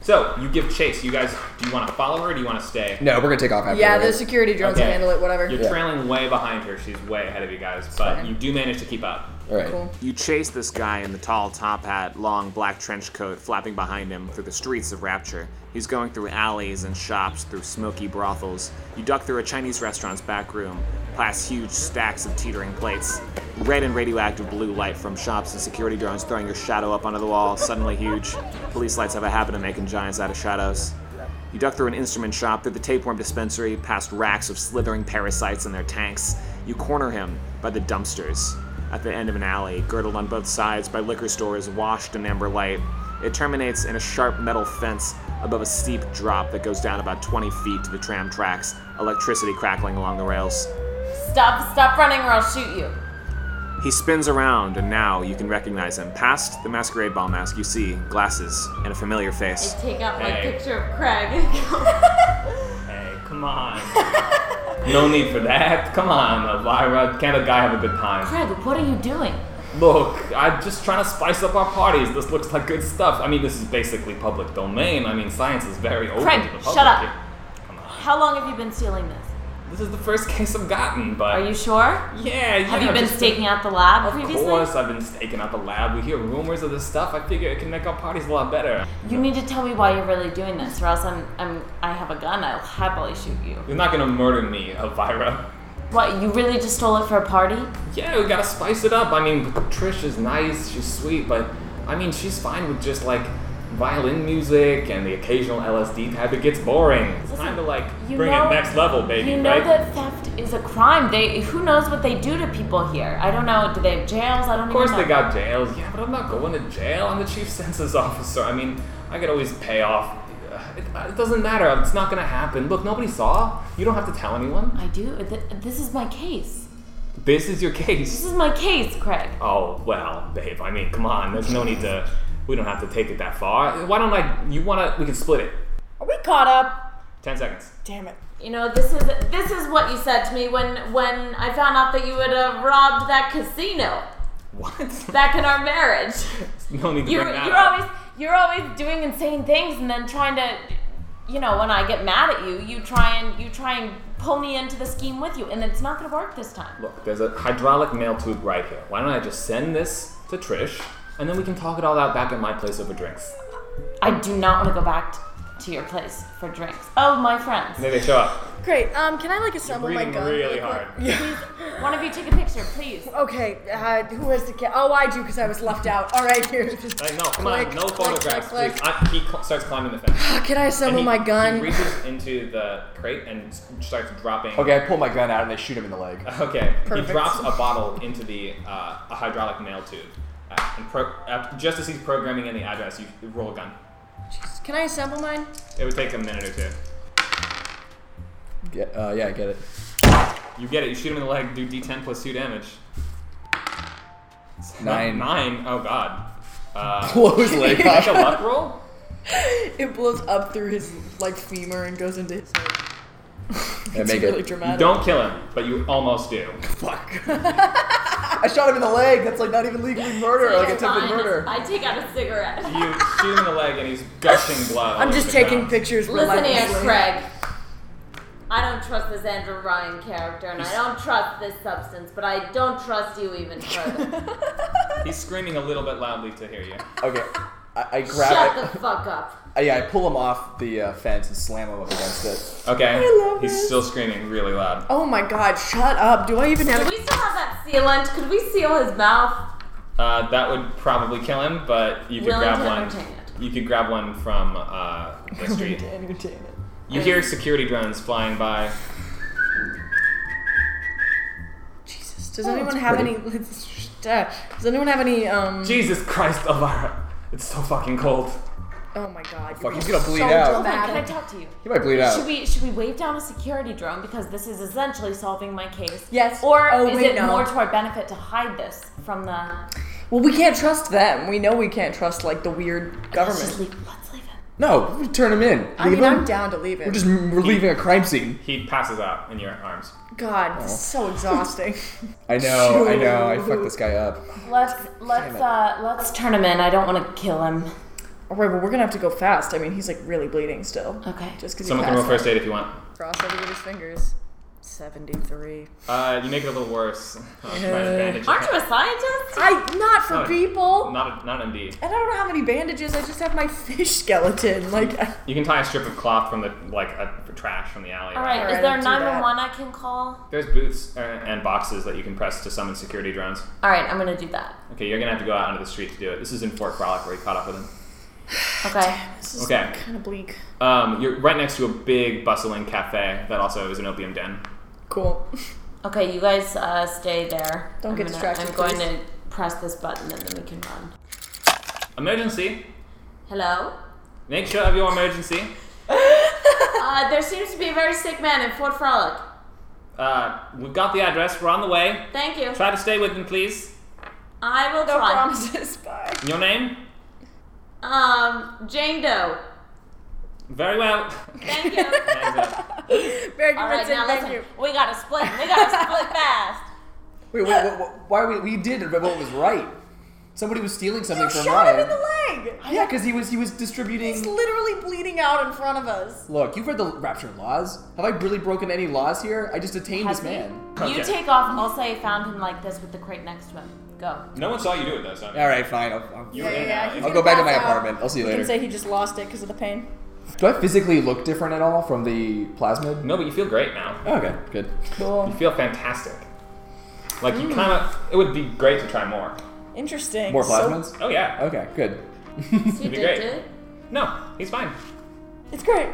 [SPEAKER 4] So you give chase. You guys, do you want to follow her? or Do you want to stay?
[SPEAKER 6] No, we're gonna take off after.
[SPEAKER 5] yeah,
[SPEAKER 6] right?
[SPEAKER 5] the security drones can
[SPEAKER 4] Okay.
[SPEAKER 5] handle it, whatever.
[SPEAKER 4] You're
[SPEAKER 6] Yeah.
[SPEAKER 4] trailing way behind her. She's way ahead of you guys, but
[SPEAKER 5] fine.
[SPEAKER 4] you do manage to keep up.
[SPEAKER 6] All right.
[SPEAKER 5] Cool.
[SPEAKER 2] You chase this guy in the tall top hat, long black trench coat flapping behind him through the streets of Rapture. He's going through alleys and shops, through smoky brothels. You duck through a Chinese restaurant's back room, past huge stacks of teetering plates. Red and radioactive blue light from shops and security drones throwing your shadow up onto the wall, suddenly huge. Police lights have a habit of making giants out of shadows. You duck through an instrument shop, through the tapeworm dispensary, past racks of slithering parasites and their tanks. You corner him by the dumpsters at the end of an alley, girdled on both sides by liquor stores washed in amber light. It terminates in a sharp metal fence above a steep drop that goes down about 20 feet to the tram tracks, electricity crackling along the rails.
[SPEAKER 3] Stop! Stop running, or I'll shoot you.
[SPEAKER 2] He spins around, and now you can recognize him. Past the masquerade ball mask, you see glasses and a familiar face.
[SPEAKER 3] I take out my
[SPEAKER 4] Hey.
[SPEAKER 3] picture of <laughs> Craig.
[SPEAKER 4] Hey, come on.
[SPEAKER 3] <laughs>
[SPEAKER 4] no need for that. Come on, Elvira. Can't a guy have a good time?
[SPEAKER 3] Craig, what are you doing?
[SPEAKER 4] Look, I'm just trying to spice up our parties. This looks like good stuff. I mean, this is basically public domain. I mean, science is very open
[SPEAKER 3] Craig,
[SPEAKER 4] to the public.
[SPEAKER 3] shut up.
[SPEAKER 4] here. Come on.
[SPEAKER 3] How long have you been stealing this?
[SPEAKER 4] This is the first case I've gotten, but
[SPEAKER 3] Are you sure?
[SPEAKER 4] Uh, yeah, yeah.
[SPEAKER 3] Have you been
[SPEAKER 4] just-
[SPEAKER 3] staking out the lab
[SPEAKER 4] Of
[SPEAKER 3] previously?
[SPEAKER 4] course, I've been staking out the lab. We hear rumors of this stuff. I figure it can make our parties a lot better.
[SPEAKER 3] You need to tell me why you're really doing this, or else I'm, I'm I have a gun. I'll happily shoot you.
[SPEAKER 4] You're not gonna murder me, Elvira.
[SPEAKER 3] What? You really just stole it for a party?
[SPEAKER 4] Yeah, we gotta spice it up. I mean, Trish is nice. She's sweet, but I mean, she's fine with just like violin music and the occasional LSD tab. It gets boring. It's
[SPEAKER 3] Listen,
[SPEAKER 4] time to like
[SPEAKER 3] you
[SPEAKER 4] bring
[SPEAKER 3] know-
[SPEAKER 4] it next level, baby.
[SPEAKER 3] you know
[SPEAKER 4] right?
[SPEAKER 3] that theft is a crime. They who knows what they do to people here. I don't know. Do they have jails? I don't.
[SPEAKER 4] Of course
[SPEAKER 3] even
[SPEAKER 4] they
[SPEAKER 3] know.
[SPEAKER 4] got jails. Yeah, but I'm not going to jail. I'm the chief census <laughs> officer. I mean, I could always pay off. It, uh, it doesn't matter. It's not going to happen. Look, nobody saw. You don't have to tell anyone.
[SPEAKER 3] I do. Th- This is my case.
[SPEAKER 4] This is your case. <laughs>
[SPEAKER 3] This is my case, Craig.
[SPEAKER 4] Oh, well, babe. I mean, come on. There's no need to. We don't have to take it that far. Why don't I? You want to? We can split it.
[SPEAKER 5] Are we caught up?
[SPEAKER 4] 10 seconds.
[SPEAKER 5] Damn it.
[SPEAKER 3] You know, this is this is what you said to me when when I found out that you had uh, robbed that casino
[SPEAKER 4] <laughs> What?
[SPEAKER 3] back in our marriage. <laughs>
[SPEAKER 4] no need to
[SPEAKER 3] You're
[SPEAKER 4] bring that
[SPEAKER 3] you're
[SPEAKER 4] up.
[SPEAKER 3] always you're always doing insane things and then trying to, you know, when I get mad at you, you try and you try and pull me into the scheme with you, and it's not going to work this time.
[SPEAKER 4] Look, there's a hydraulic male tube right here. Why don't I just send this to Trish, and then we can talk it all out back at my place over drinks.
[SPEAKER 3] I do not want to go back t- to your place for drinks. Oh, my friends.
[SPEAKER 4] Maybe they show up.
[SPEAKER 5] Great. Um, can I like assemble my
[SPEAKER 4] Breathing
[SPEAKER 5] gun?
[SPEAKER 4] really
[SPEAKER 5] quick?
[SPEAKER 4] hard.
[SPEAKER 3] One of you take a picture, please.
[SPEAKER 5] Okay. Uh, who has the ca- Oh, I do because I was left out. All right, here.
[SPEAKER 4] Like, no, come
[SPEAKER 5] Click,
[SPEAKER 4] on, no
[SPEAKER 5] click,
[SPEAKER 4] photographs,
[SPEAKER 5] click,
[SPEAKER 4] please.
[SPEAKER 5] click.
[SPEAKER 4] I, he cl- starts climbing the fence.
[SPEAKER 5] Can I assemble
[SPEAKER 4] he,
[SPEAKER 5] my
[SPEAKER 4] He
[SPEAKER 5] gun?
[SPEAKER 4] reaches into the crate and s- starts dropping.
[SPEAKER 6] Okay, I pull my gun out and I shoot him in the leg.
[SPEAKER 4] Okay.
[SPEAKER 5] Perfect.
[SPEAKER 4] He drops a bottle into the uh, a hydraulic nail tube, uh, and pro- uh, just as he's programming in the address, you roll a gun.
[SPEAKER 5] Can I assemble mine? <laughs>
[SPEAKER 4] It would take a minute or two.
[SPEAKER 6] Get, uh, yeah, I get it. <laughs>
[SPEAKER 4] You get it. You shoot him in the leg. Do D10 plus two damage.
[SPEAKER 6] Nine.
[SPEAKER 4] Nine. Oh God.
[SPEAKER 6] <laughs>
[SPEAKER 4] Uh,
[SPEAKER 6] Blow
[SPEAKER 5] <laughs>
[SPEAKER 6] his leg
[SPEAKER 4] make a
[SPEAKER 6] off. <laughs>
[SPEAKER 4] luck roll.
[SPEAKER 5] It blows up through his like femur and goes into his. Head.
[SPEAKER 6] I
[SPEAKER 5] It's
[SPEAKER 6] make
[SPEAKER 5] really
[SPEAKER 6] it.
[SPEAKER 5] dramatic.
[SPEAKER 4] Don't kill him, but you almost do.
[SPEAKER 6] Fuck. I shot him in the leg. That's like not even legally murder. Like attempted murder.
[SPEAKER 3] I take out a cigarette.
[SPEAKER 4] You shoot him in the leg, and he's
[SPEAKER 5] <laughs>
[SPEAKER 4] gushing blood. all
[SPEAKER 5] I'm
[SPEAKER 4] over
[SPEAKER 5] just
[SPEAKER 4] Oh, the
[SPEAKER 5] taking
[SPEAKER 4] ground.
[SPEAKER 5] pictures.
[SPEAKER 3] Listen here,
[SPEAKER 5] relentlessly. <laughs>
[SPEAKER 3] Craig. I don't trust this Andrew Ryan character, and I don't trust this substance, but I don't trust you even
[SPEAKER 5] <laughs>
[SPEAKER 3] further.
[SPEAKER 4] He's screaming a little bit loudly to hear you.
[SPEAKER 6] Okay. I, I
[SPEAKER 3] Shut
[SPEAKER 6] grab
[SPEAKER 3] the fuck up.
[SPEAKER 6] I, yeah, I pull him off the uh, fence and slam him up against it.
[SPEAKER 4] Okay.
[SPEAKER 5] I love
[SPEAKER 4] He's
[SPEAKER 5] this.
[SPEAKER 4] still screaming really loud.
[SPEAKER 5] Oh my God! Shut up. Do I even
[SPEAKER 3] Do
[SPEAKER 5] have?
[SPEAKER 3] we still have that sealant? Could we seal his mouth?
[SPEAKER 4] Uh, that would probably kill him, but you could
[SPEAKER 3] Willing
[SPEAKER 4] grab
[SPEAKER 3] to
[SPEAKER 4] one.
[SPEAKER 3] entertain it.
[SPEAKER 4] You could grab one from uh,
[SPEAKER 5] <laughs>
[SPEAKER 4] the
[SPEAKER 5] to
[SPEAKER 4] street.
[SPEAKER 5] entertain it?
[SPEAKER 4] You hear security drones flying by.
[SPEAKER 5] Jesus. Does
[SPEAKER 4] Oh,
[SPEAKER 5] anyone have any? <laughs> Does anyone have any? Um.
[SPEAKER 4] Jesus Christ, Elvira! It's so fucking cold.
[SPEAKER 5] Oh my God.
[SPEAKER 6] Fuck, he's
[SPEAKER 5] you're
[SPEAKER 6] gonna bleed
[SPEAKER 5] so
[SPEAKER 6] out.
[SPEAKER 3] Hold on, Can I
[SPEAKER 5] dramatic.
[SPEAKER 3] talk to you?
[SPEAKER 6] He might bleed
[SPEAKER 3] Oh Should
[SPEAKER 6] out.
[SPEAKER 3] we should we wave down a security drone because this is essentially solving my case?
[SPEAKER 5] Yes.
[SPEAKER 3] Or
[SPEAKER 5] Oh,
[SPEAKER 3] is
[SPEAKER 5] wait,
[SPEAKER 3] it
[SPEAKER 5] no.
[SPEAKER 3] more to our benefit to hide this from the
[SPEAKER 5] Well, we can't trust them. We know we can't trust like the weird
[SPEAKER 3] Let's just
[SPEAKER 5] government.
[SPEAKER 3] leave. Let's leave it.
[SPEAKER 6] No, we turn him in. Leave
[SPEAKER 5] I mean,
[SPEAKER 6] him.
[SPEAKER 5] I'm down to leave it.
[SPEAKER 6] We're just we're leaving a crime scene.
[SPEAKER 4] He passes out in your arms.
[SPEAKER 5] God, this is so exhausting.
[SPEAKER 6] I know. I know. I fucked this guy up.
[SPEAKER 3] Let's let's uh let's turn him in. I don't want to kill him.
[SPEAKER 5] All right, well, we're gonna have to go fast. I mean, he's like really bleeding still.
[SPEAKER 3] Okay.
[SPEAKER 5] Just because he
[SPEAKER 4] Someone can roll
[SPEAKER 5] passed
[SPEAKER 4] first aid if you want.
[SPEAKER 5] across everybody's fingers. Seventy-three.
[SPEAKER 4] Uh, you make it a little worse. <laughs> Oh, trying to bandage
[SPEAKER 3] Aren't you
[SPEAKER 4] it.
[SPEAKER 3] a scientist?
[SPEAKER 5] I not for
[SPEAKER 4] No,
[SPEAKER 5] people.
[SPEAKER 4] <laughs> Not, not indeed.
[SPEAKER 5] And I don't have any bandages. I just have my <laughs> fish skeleton. Like, <laughs> I,
[SPEAKER 4] You can tie a strip of cloth from the like a, trash from the alley.
[SPEAKER 3] All right.
[SPEAKER 5] All
[SPEAKER 3] is
[SPEAKER 5] right,
[SPEAKER 3] there
[SPEAKER 5] I'll do
[SPEAKER 3] 911 I can call?
[SPEAKER 4] There's booths uh, and boxes that you can press to summon security drones.
[SPEAKER 3] All right. I'm gonna do that.
[SPEAKER 4] Okay, you're gonna have to go out onto the street to do it. This is in Fort Frolic where you caught up with him.
[SPEAKER 3] Okay.
[SPEAKER 5] this is
[SPEAKER 4] Okay.
[SPEAKER 5] kind of bleak.
[SPEAKER 4] Um, you're right next to a big bustling cafe that also is an opium den.
[SPEAKER 5] Cool.
[SPEAKER 3] Okay. You guys uh, stay there.
[SPEAKER 5] Don't
[SPEAKER 3] I'm
[SPEAKER 5] get
[SPEAKER 3] gonna-
[SPEAKER 5] distracted,
[SPEAKER 3] I'm going
[SPEAKER 5] please.
[SPEAKER 3] to press this button and then we can run.
[SPEAKER 4] Emergency!
[SPEAKER 3] Hello.
[SPEAKER 4] Make sure of your emergency.
[SPEAKER 3] uh, there seems to be a very sick man in Fort Frolic.
[SPEAKER 4] Uh, we've got the address. We're on the way.
[SPEAKER 3] Thank you.
[SPEAKER 4] Try to stay with him, please.
[SPEAKER 3] I will
[SPEAKER 5] No
[SPEAKER 3] try.
[SPEAKER 5] <laughs>
[SPEAKER 4] <laughs>
[SPEAKER 5] promises. Bye.
[SPEAKER 4] Your name?
[SPEAKER 3] Um, Jane Doe.
[SPEAKER 4] Very well. <laughs>
[SPEAKER 3] Thank you.
[SPEAKER 4] That is it.
[SPEAKER 5] Very
[SPEAKER 3] All right.
[SPEAKER 5] convincing.
[SPEAKER 3] Now
[SPEAKER 5] Thank
[SPEAKER 3] listen.
[SPEAKER 5] you.
[SPEAKER 3] We gotta split. We gotta split fast.
[SPEAKER 6] Wait, wait, wait, why we we did what was right? Somebody was stealing something
[SPEAKER 5] You
[SPEAKER 6] from
[SPEAKER 5] shot
[SPEAKER 6] Ryan.
[SPEAKER 5] him in the leg.
[SPEAKER 6] Yeah, because he was he was
[SPEAKER 5] He's
[SPEAKER 6] distributing.
[SPEAKER 5] literally bleeding out in front of us.
[SPEAKER 6] Look, you've read the Rapture laws. Have I really broken any laws here? I just detained this man. Oh,
[SPEAKER 3] You
[SPEAKER 4] Okay.
[SPEAKER 3] take off. I'll say I found him like this with the crate next to him. Go.
[SPEAKER 4] No one saw you do it though, so I mean,
[SPEAKER 6] All right, fine. I'll, I'll,
[SPEAKER 4] you were in and out.
[SPEAKER 5] he's
[SPEAKER 6] I'll
[SPEAKER 5] gonna
[SPEAKER 6] go back to my
[SPEAKER 5] pass out.
[SPEAKER 6] apartment. I'll see you
[SPEAKER 5] You can
[SPEAKER 6] later.
[SPEAKER 5] say he just lost it because of the pain.
[SPEAKER 6] Do I physically look different at all from the plasmid?
[SPEAKER 4] No, but you feel great now.
[SPEAKER 6] Okay, good.
[SPEAKER 5] Cool.
[SPEAKER 4] You feel fantastic. Like
[SPEAKER 5] Hmm.
[SPEAKER 4] you kind of. It would be great to try more.
[SPEAKER 5] Interesting.
[SPEAKER 6] More
[SPEAKER 5] So-
[SPEAKER 6] plasmids?
[SPEAKER 4] Oh yeah.
[SPEAKER 6] Okay, good. <laughs>
[SPEAKER 3] You
[SPEAKER 4] be great.
[SPEAKER 3] did it.
[SPEAKER 4] No, he's fine.
[SPEAKER 5] it's great.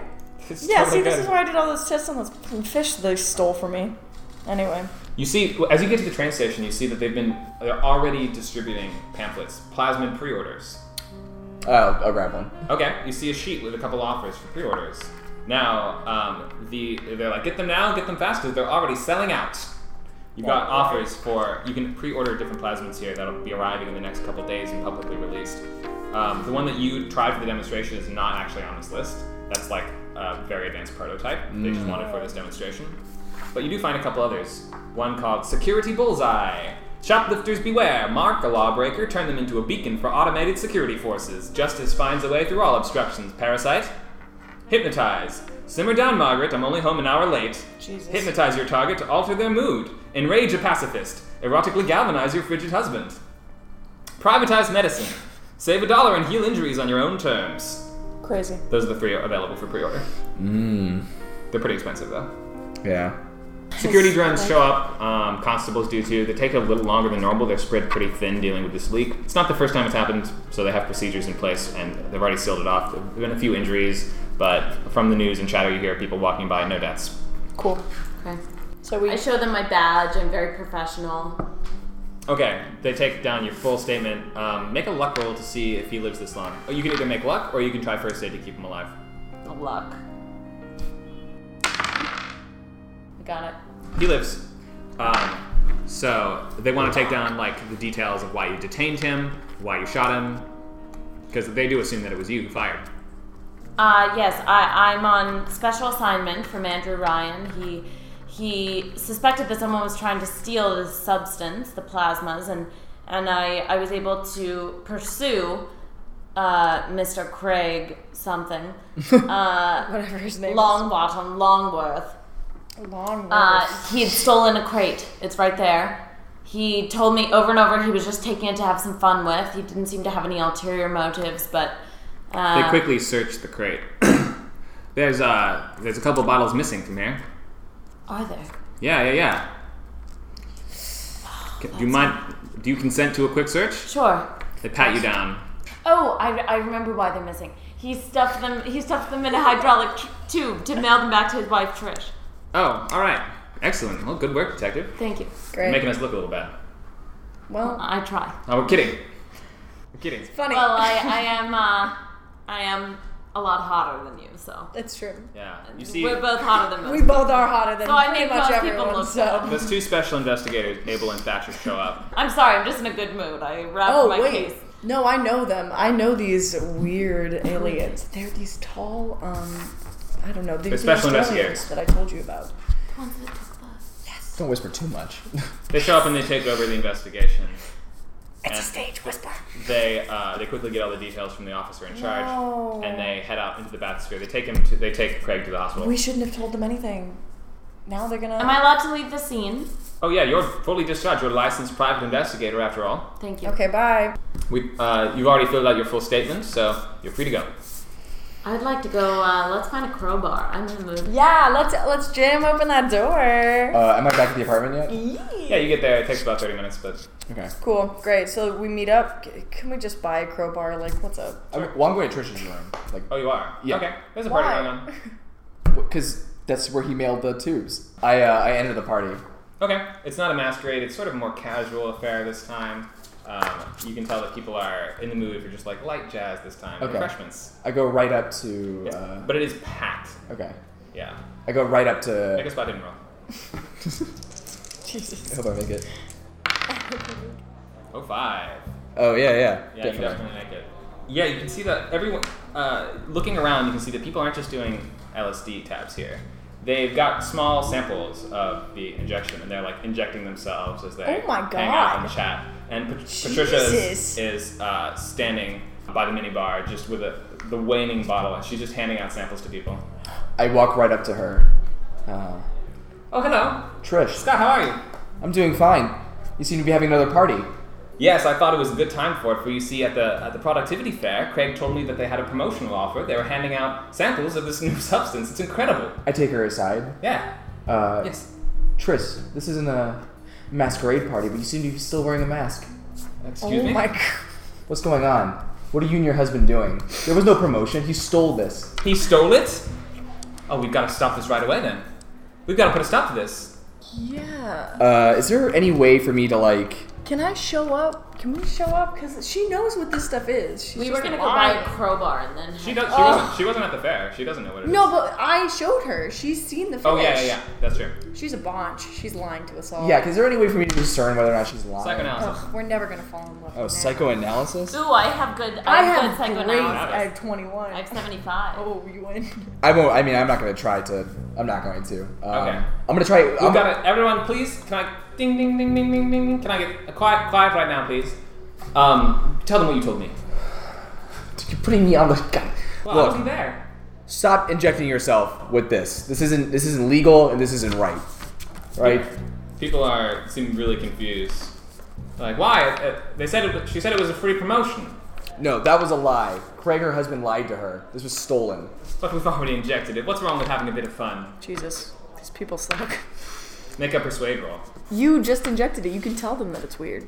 [SPEAKER 4] It's
[SPEAKER 5] Yeah,
[SPEAKER 4] totally
[SPEAKER 5] see, this
[SPEAKER 4] good.
[SPEAKER 5] is why I did all those tests on those fucking fish they stole from me. Anyway,
[SPEAKER 4] You see, as you get to the train station, you see that they've been they're already distributing pamphlets, plasmid pre-orders.
[SPEAKER 6] Uh, I'll, I'll grab one.
[SPEAKER 4] Okay, you see a sheet with a couple offers for pre-orders. Now, um, the they're like, get them now, get them fast, because they're already selling out. You got offers for you can pre-order different plasmids here that'll be arriving in the next couple days and publicly released. Um, the one that you tried for the demonstration is not actually on this list. That's like a very advanced prototype. They just wanted for this demonstration. But you do find a couple others. One called Security Bullseye. Shoplifters beware! Mark a lawbreaker, turn them into a beacon for automated security forces. Justice finds a way through all obstructions, parasite. Hypnotize. Simmer down, Margaret, I'm only home an hour late.
[SPEAKER 5] Jesus.
[SPEAKER 4] Hypnotize your target to alter their mood. Enrage a pacifist. Erotically galvanize your frigid husband. Privatize medicine. Save a dollar and heal injuries on your own terms.
[SPEAKER 5] crazy.
[SPEAKER 4] Those are the three available for pre order. They're pretty expensive, though.
[SPEAKER 6] Yeah.
[SPEAKER 4] Security drones show up. Um, constables do too. They take a little longer than normal. They're spread pretty thin dealing with this leak. It's not the first time it's happened, so they have procedures in place and they've already sealed it off. There have been a few injuries, but from the news and chatter, you hear people walking by, no deaths.
[SPEAKER 5] Cool.
[SPEAKER 3] Okay.
[SPEAKER 5] So we
[SPEAKER 3] I show them my badge. I'm very professional.
[SPEAKER 4] Okay, they take down your full statement. Um, make a luck roll to see if he lives this long. Or you can either make luck or you can try first aid to keep him alive.
[SPEAKER 3] The luck. I got it.
[SPEAKER 4] He lives. Um, so they want to take down like the details of why you detained him, why you shot him, because they do assume that it was you who fired.
[SPEAKER 3] Uh, yes, I, I'm on special assignment from Andrew Ryan. He he suspected that someone was trying to steal this substance, the plasmas, and and I, I was able to pursue uh, Mr. Craig something. Uh,
[SPEAKER 5] whatever his name.
[SPEAKER 3] Longbottom, Longworth.
[SPEAKER 5] Is. Long.
[SPEAKER 3] Uh, he had stolen a crate. It's right there. He told me over and over he was just taking it to have some fun with. He didn't seem to have any ulterior motives, but uh,
[SPEAKER 4] They quickly search the crate. <clears throat> there's uh, there's a couple bottles missing from here.
[SPEAKER 3] are there?
[SPEAKER 4] Yeah, yeah, yeah. C- Do you mind? Do you consent to a quick search?
[SPEAKER 3] Sure.
[SPEAKER 4] They pat you down.
[SPEAKER 3] Oh, I, I remember why they're missing. He stuffed them. He stuffed them in a hydraulic t- tube to mail them back to his wife Trish.
[SPEAKER 4] Oh, all right, excellent. Well, good work, detective.
[SPEAKER 3] Thank you.
[SPEAKER 5] Great.
[SPEAKER 4] Making us look a little bad.
[SPEAKER 5] well,
[SPEAKER 3] I try.
[SPEAKER 4] No, we're kidding. We're kidding.
[SPEAKER 5] funny.
[SPEAKER 3] Well, I, I am. Uh, I am a lot hotter than you, so
[SPEAKER 5] <laughs> That's true.
[SPEAKER 4] Yeah, you see.
[SPEAKER 3] we're both hotter than most.
[SPEAKER 5] We both are hotter than
[SPEAKER 3] So I
[SPEAKER 5] pretty
[SPEAKER 3] make
[SPEAKER 5] much
[SPEAKER 3] most people
[SPEAKER 5] everyone.
[SPEAKER 3] look
[SPEAKER 5] so.
[SPEAKER 3] bad.
[SPEAKER 4] Those two special investigators, Abel and Thatcher, show up.
[SPEAKER 3] I'm sorry. I'm just in a good mood. I wrapped
[SPEAKER 5] Oh
[SPEAKER 3] my
[SPEAKER 5] wait.
[SPEAKER 3] case.
[SPEAKER 5] No, I know them. I know these weird aliens. They're these tall. Um, I don't know. They're, these
[SPEAKER 4] special
[SPEAKER 5] aliens
[SPEAKER 4] investigators.
[SPEAKER 5] that I told you about.
[SPEAKER 6] Don't whisper too much. <laughs>
[SPEAKER 4] They show up and they take over the investigation.
[SPEAKER 5] It's a
[SPEAKER 4] And-
[SPEAKER 5] stage whisper.
[SPEAKER 4] They uh, they quickly get all the details from the officer in charge,
[SPEAKER 5] No.
[SPEAKER 4] and they head out into the batosphere. They take him. To, they take Craig to the hospital.
[SPEAKER 5] We shouldn't have told them anything. Now they're gonna.
[SPEAKER 3] Am I allowed to leave the scene?
[SPEAKER 4] oh yeah, you're fully discharged. You're a licensed private investigator after all.
[SPEAKER 3] Thank you.
[SPEAKER 5] okay, bye.
[SPEAKER 4] We uh, you've already filled out your full statement, so you're free to go.
[SPEAKER 3] I'd like to go. Uh, let's find a crowbar. I'm in the mood.
[SPEAKER 5] Yeah, let's let's jam open that door.
[SPEAKER 6] Uh, am I back at the apartment yet?
[SPEAKER 4] Yeah, you get there. It takes about thirty minutes, but
[SPEAKER 6] Okay.
[SPEAKER 5] Cool, great. So we meet up. C- Can we just buy a crowbar? Like, what's up?
[SPEAKER 6] I'm, well, I'm going to Trish's room. Like,
[SPEAKER 4] oh, you are.
[SPEAKER 6] Yeah.
[SPEAKER 4] Okay, there's a party
[SPEAKER 5] Why?
[SPEAKER 4] going on.
[SPEAKER 6] because that's where he mailed the tubes. I uh, I entered the party.
[SPEAKER 4] Okay, it's not a masquerade. It's sort of a more casual affair this time. Um, you can tell that people are in the mood for just like light jazz this time.
[SPEAKER 6] Okay.
[SPEAKER 4] Refreshments.
[SPEAKER 6] I go right up to.
[SPEAKER 4] Yeah.
[SPEAKER 6] Uh,
[SPEAKER 4] but it is packed.
[SPEAKER 6] okay.
[SPEAKER 4] Yeah.
[SPEAKER 6] I go right up
[SPEAKER 4] Make a
[SPEAKER 6] to.
[SPEAKER 4] spot hidden roll.
[SPEAKER 6] I
[SPEAKER 5] Jesus.
[SPEAKER 6] hope I make it.
[SPEAKER 4] Oh five.
[SPEAKER 6] Oh yeah, yeah,
[SPEAKER 4] Yeah, you
[SPEAKER 6] definitely.
[SPEAKER 4] definitely make it. Yeah, you can see that everyone. Uh, looking around, you can see that people aren't just doing LSD tabs here. They've got small samples of the injection, and they're like injecting themselves as they
[SPEAKER 5] Oh my
[SPEAKER 4] hang out
[SPEAKER 5] God.
[SPEAKER 4] and chat. And Pat- Patricia is,
[SPEAKER 5] Jesus.
[SPEAKER 4] is uh, standing by the minibar, just with a, the waning bottle, and she's just handing out samples to people.
[SPEAKER 6] I walk right up to her. Uh,
[SPEAKER 4] Oh, hello,
[SPEAKER 6] Trish,
[SPEAKER 4] Scott. How are you?
[SPEAKER 6] I'm doing fine. You seem to be having another party.
[SPEAKER 4] Yes, I thought it was a good time for it. For you see, at the at the productivity fair, Craig told me that they had a promotional offer. They were handing out samples of this <laughs> new substance. It's incredible.
[SPEAKER 6] I take her aside.
[SPEAKER 4] Yeah.
[SPEAKER 6] Uh,
[SPEAKER 4] Yes.
[SPEAKER 6] Trish, this isn't a masquerade party, but you seem to be still wearing a mask.
[SPEAKER 4] Excuse
[SPEAKER 5] oh
[SPEAKER 4] me.
[SPEAKER 5] my god.
[SPEAKER 6] What's going on? What are you and your husband doing? There was no promotion. He stole this.
[SPEAKER 4] He stole it. Oh, we've got to stop this right away then. We've got to put a stop to this.
[SPEAKER 5] Yeah.
[SPEAKER 6] Uh, is there any way for me to like?
[SPEAKER 5] Can I show up? Can we show up? Because she knows what this stuff is. She's
[SPEAKER 3] We
[SPEAKER 5] just
[SPEAKER 3] were gonna go buy
[SPEAKER 5] lying.
[SPEAKER 3] a crowbar and then.
[SPEAKER 4] She does. She, wasn't, she wasn't at the fair. She doesn't know what it is.
[SPEAKER 5] No, but I showed her. She's seen the fish.
[SPEAKER 4] Oh yeah, yeah, yeah. That's true.
[SPEAKER 5] She's a bonch. She's lying to us all.
[SPEAKER 6] Yeah, is there any way for me to discern whether or not she's lying?
[SPEAKER 4] Psychoanalysis.
[SPEAKER 5] Ugh, we're never gonna fall in love.
[SPEAKER 6] Oh,
[SPEAKER 5] with her.
[SPEAKER 6] psychoanalysis.
[SPEAKER 3] Ooh, I have good. I,
[SPEAKER 5] I
[SPEAKER 3] have,
[SPEAKER 5] have
[SPEAKER 3] good
[SPEAKER 5] great.
[SPEAKER 3] psychoanalysis.
[SPEAKER 5] I have 21.
[SPEAKER 3] I
[SPEAKER 5] <laughs>
[SPEAKER 3] have seventy-five.
[SPEAKER 5] oh, you win.
[SPEAKER 6] I won't. I mean, I'm not gonna try to. I'm not going to. Um,
[SPEAKER 4] Okay.
[SPEAKER 6] I'm gonna try.
[SPEAKER 4] You
[SPEAKER 6] I'm,
[SPEAKER 4] got it. Everyone, please. Can I? Ding, ding, ding, ding, ding, ding. ding. Can I get a quiet, quiet right now, please? Um, tell them what you told me.
[SPEAKER 6] You're putting me on the. God.
[SPEAKER 4] Well, I
[SPEAKER 6] Look,
[SPEAKER 4] wasn't there.
[SPEAKER 6] stop injecting yourself with this. This isn't. This isn't legal, and this isn't right. Right.
[SPEAKER 4] People are seem really confused. Like, why? Uh, They said it. was- She said it was a free promotion.
[SPEAKER 6] No, that was a lie. Craig, her husband, lied to her. This was stolen.
[SPEAKER 4] But we've already injected it. What's wrong with having a bit of fun?
[SPEAKER 5] Jesus, these people suck. <laughs>
[SPEAKER 4] Make a persuade roll. <laughs>
[SPEAKER 5] You just injected it. You can tell them that it's weird.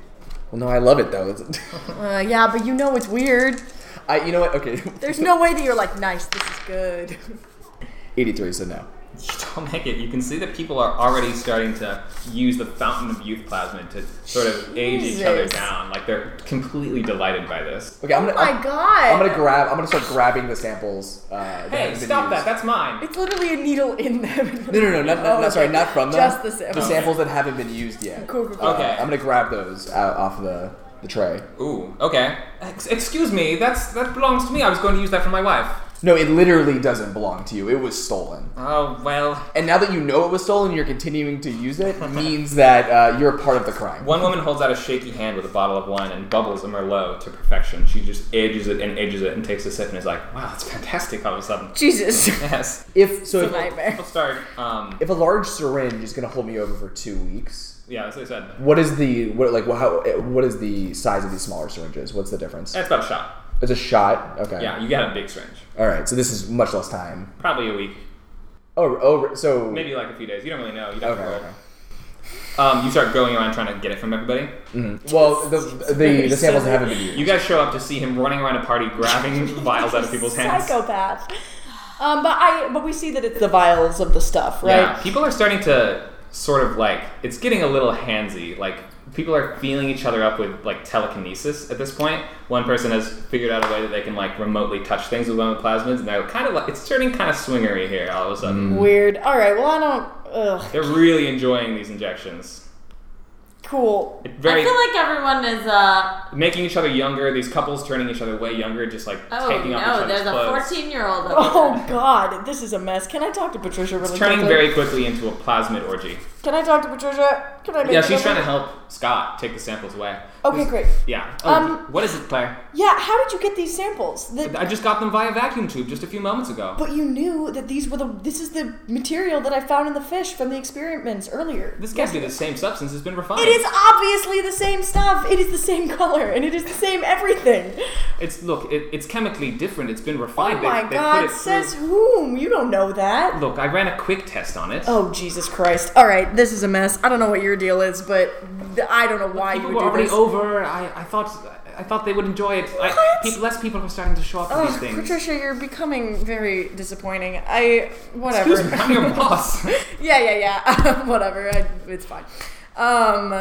[SPEAKER 6] Well, no, I love it though. It's, <laughs>
[SPEAKER 5] Uh, yeah, but you know it's weird.
[SPEAKER 6] I. You know what? Okay.
[SPEAKER 5] There's
[SPEAKER 6] <laughs>
[SPEAKER 5] no way that you're like, nice. This is good. <laughs>
[SPEAKER 6] 83 said no.
[SPEAKER 4] You don't make it. You can see that people are already starting to use the fountain of youth plasmid to sort of age each other
[SPEAKER 5] Jesus.
[SPEAKER 4] down. Like they're completely delighted by this.
[SPEAKER 6] Okay, I'm gonna.
[SPEAKER 5] oh my
[SPEAKER 6] I'm,
[SPEAKER 5] god.
[SPEAKER 6] I'm gonna grab. I'm gonna start grabbing the samples. Uh, that
[SPEAKER 4] Hey,
[SPEAKER 6] haven't been
[SPEAKER 4] stop
[SPEAKER 6] used.
[SPEAKER 4] that! That's mine.
[SPEAKER 5] It's literally a needle in <laughs> them.
[SPEAKER 6] No, no, no, not, not,
[SPEAKER 5] Oh,
[SPEAKER 6] not- sorry,
[SPEAKER 5] okay.
[SPEAKER 6] not from them.
[SPEAKER 5] Just the samples.
[SPEAKER 6] samples that haven't been used yet.
[SPEAKER 5] Cool, cool, cool.
[SPEAKER 6] Uh,
[SPEAKER 4] Okay.
[SPEAKER 6] I'm gonna grab those out off the the tray.
[SPEAKER 4] Ooh, okay. Ex- excuse me, that's that belongs to me. I was going to use that for my wife.
[SPEAKER 6] No, it literally doesn't belong to you. It was stolen.
[SPEAKER 4] Oh well.
[SPEAKER 6] And now that you know it was stolen, you're continuing to use it means that uh, you're a part of the crime.
[SPEAKER 4] One woman holds out a shaky hand with a bottle of wine and bubbles a Merlot to perfection. She just ages it and ages it and takes a sip and is like, "Wow, that's fantastic!" All of a sudden. <laughs>
[SPEAKER 5] Jesus.
[SPEAKER 4] Yes.
[SPEAKER 6] If so,
[SPEAKER 5] It's a
[SPEAKER 6] if,
[SPEAKER 5] nightmare.
[SPEAKER 4] We'll start. Um.
[SPEAKER 6] if a large syringe is gonna hold me over for two weeks,
[SPEAKER 4] Yeah, that's what I said.
[SPEAKER 6] what is the what like how what is the size of these smaller syringes? What's the difference?
[SPEAKER 4] That's about a shot.
[SPEAKER 6] It's a shot. Okay.
[SPEAKER 4] Uh, Yeah, you got a big syringe.
[SPEAKER 6] All right. So this is much less time.
[SPEAKER 4] Probably a week.
[SPEAKER 6] Oh, oh. So
[SPEAKER 4] Maybe like a few days. You don't really know. You don't
[SPEAKER 6] Okay.
[SPEAKER 4] know.
[SPEAKER 6] okay.
[SPEAKER 4] Um, you start going around trying to get it from everybody.
[SPEAKER 6] Well, the the, the samples that haven't been used.
[SPEAKER 4] You guys show up to see him running around a party grabbing <laughs> vials out of people's hands.
[SPEAKER 5] Psychopath. Um, but I, but we see that it's the vials of the stuff, right?
[SPEAKER 4] Yeah, people are starting to sort of like it's getting a little handsy. Like people are feeling each other up with like telekinesis at this point. One person has figured out a way that they can like remotely touch things with one of the plasmids, and they're kind of like it's turning kind of swingery here all of a sudden.
[SPEAKER 5] Weird. All right. Well, I don't. Ugh.
[SPEAKER 4] They're really enjoying these injections.
[SPEAKER 5] Cool.
[SPEAKER 4] It very
[SPEAKER 3] I feel like everyone is uh
[SPEAKER 4] making each other younger. These couples turning each other way younger, just like
[SPEAKER 3] oh
[SPEAKER 4] taking off each
[SPEAKER 3] no,
[SPEAKER 4] other's
[SPEAKER 3] there's a
[SPEAKER 4] clothes.
[SPEAKER 3] fourteen-year-old.
[SPEAKER 5] Oh God, this is a mess. Can I talk to Patricia really
[SPEAKER 4] It's turning
[SPEAKER 5] quickly?
[SPEAKER 4] very quickly into a plasmid orgy.
[SPEAKER 5] Can I talk to Patricia? Can I? Make
[SPEAKER 4] Yeah, she's
[SPEAKER 5] another-
[SPEAKER 4] trying to help Scott take the samples away.
[SPEAKER 5] Okay,
[SPEAKER 4] This-
[SPEAKER 5] great.
[SPEAKER 4] Yeah. Oh,
[SPEAKER 5] Um,
[SPEAKER 4] what is it, Claire?
[SPEAKER 5] Yeah. How did you get these samples? The-
[SPEAKER 4] I just got them via vacuum tube just a few moments ago.
[SPEAKER 5] but you knew that these were the. This is the material that I found in the fish from the experiments earlier.
[SPEAKER 4] This can't be the same substance. It's been refined.
[SPEAKER 5] It is obviously the same stuff. It is the same color, and it is the same everything.
[SPEAKER 4] It's look. It, it's chemically different. It's been
[SPEAKER 5] Oh
[SPEAKER 4] refined. They-
[SPEAKER 5] my
[SPEAKER 4] they put
[SPEAKER 5] God,
[SPEAKER 4] it
[SPEAKER 5] says
[SPEAKER 4] through-
[SPEAKER 5] whom? You don't know that.
[SPEAKER 4] Look, I ran a quick test on it.
[SPEAKER 5] Oh Jesus Christ! All right, this is a mess. I don't know what your deal is, but th- I don't know why
[SPEAKER 4] people
[SPEAKER 5] you
[SPEAKER 4] were
[SPEAKER 5] would do
[SPEAKER 4] already
[SPEAKER 5] this.
[SPEAKER 4] over. I, I thought I thought they would enjoy it. I,
[SPEAKER 5] What?
[SPEAKER 4] peop- less people are starting to show up for
[SPEAKER 5] Ugh,
[SPEAKER 4] these things.
[SPEAKER 5] Patricia, you're becoming very disappointing. I
[SPEAKER 4] <laughs>
[SPEAKER 5] whatever.
[SPEAKER 4] Excuse me, I'm
[SPEAKER 5] <laughs>
[SPEAKER 4] your boss.
[SPEAKER 5] yeah, yeah, yeah. <laughs> whatever. I, it's fine. Um,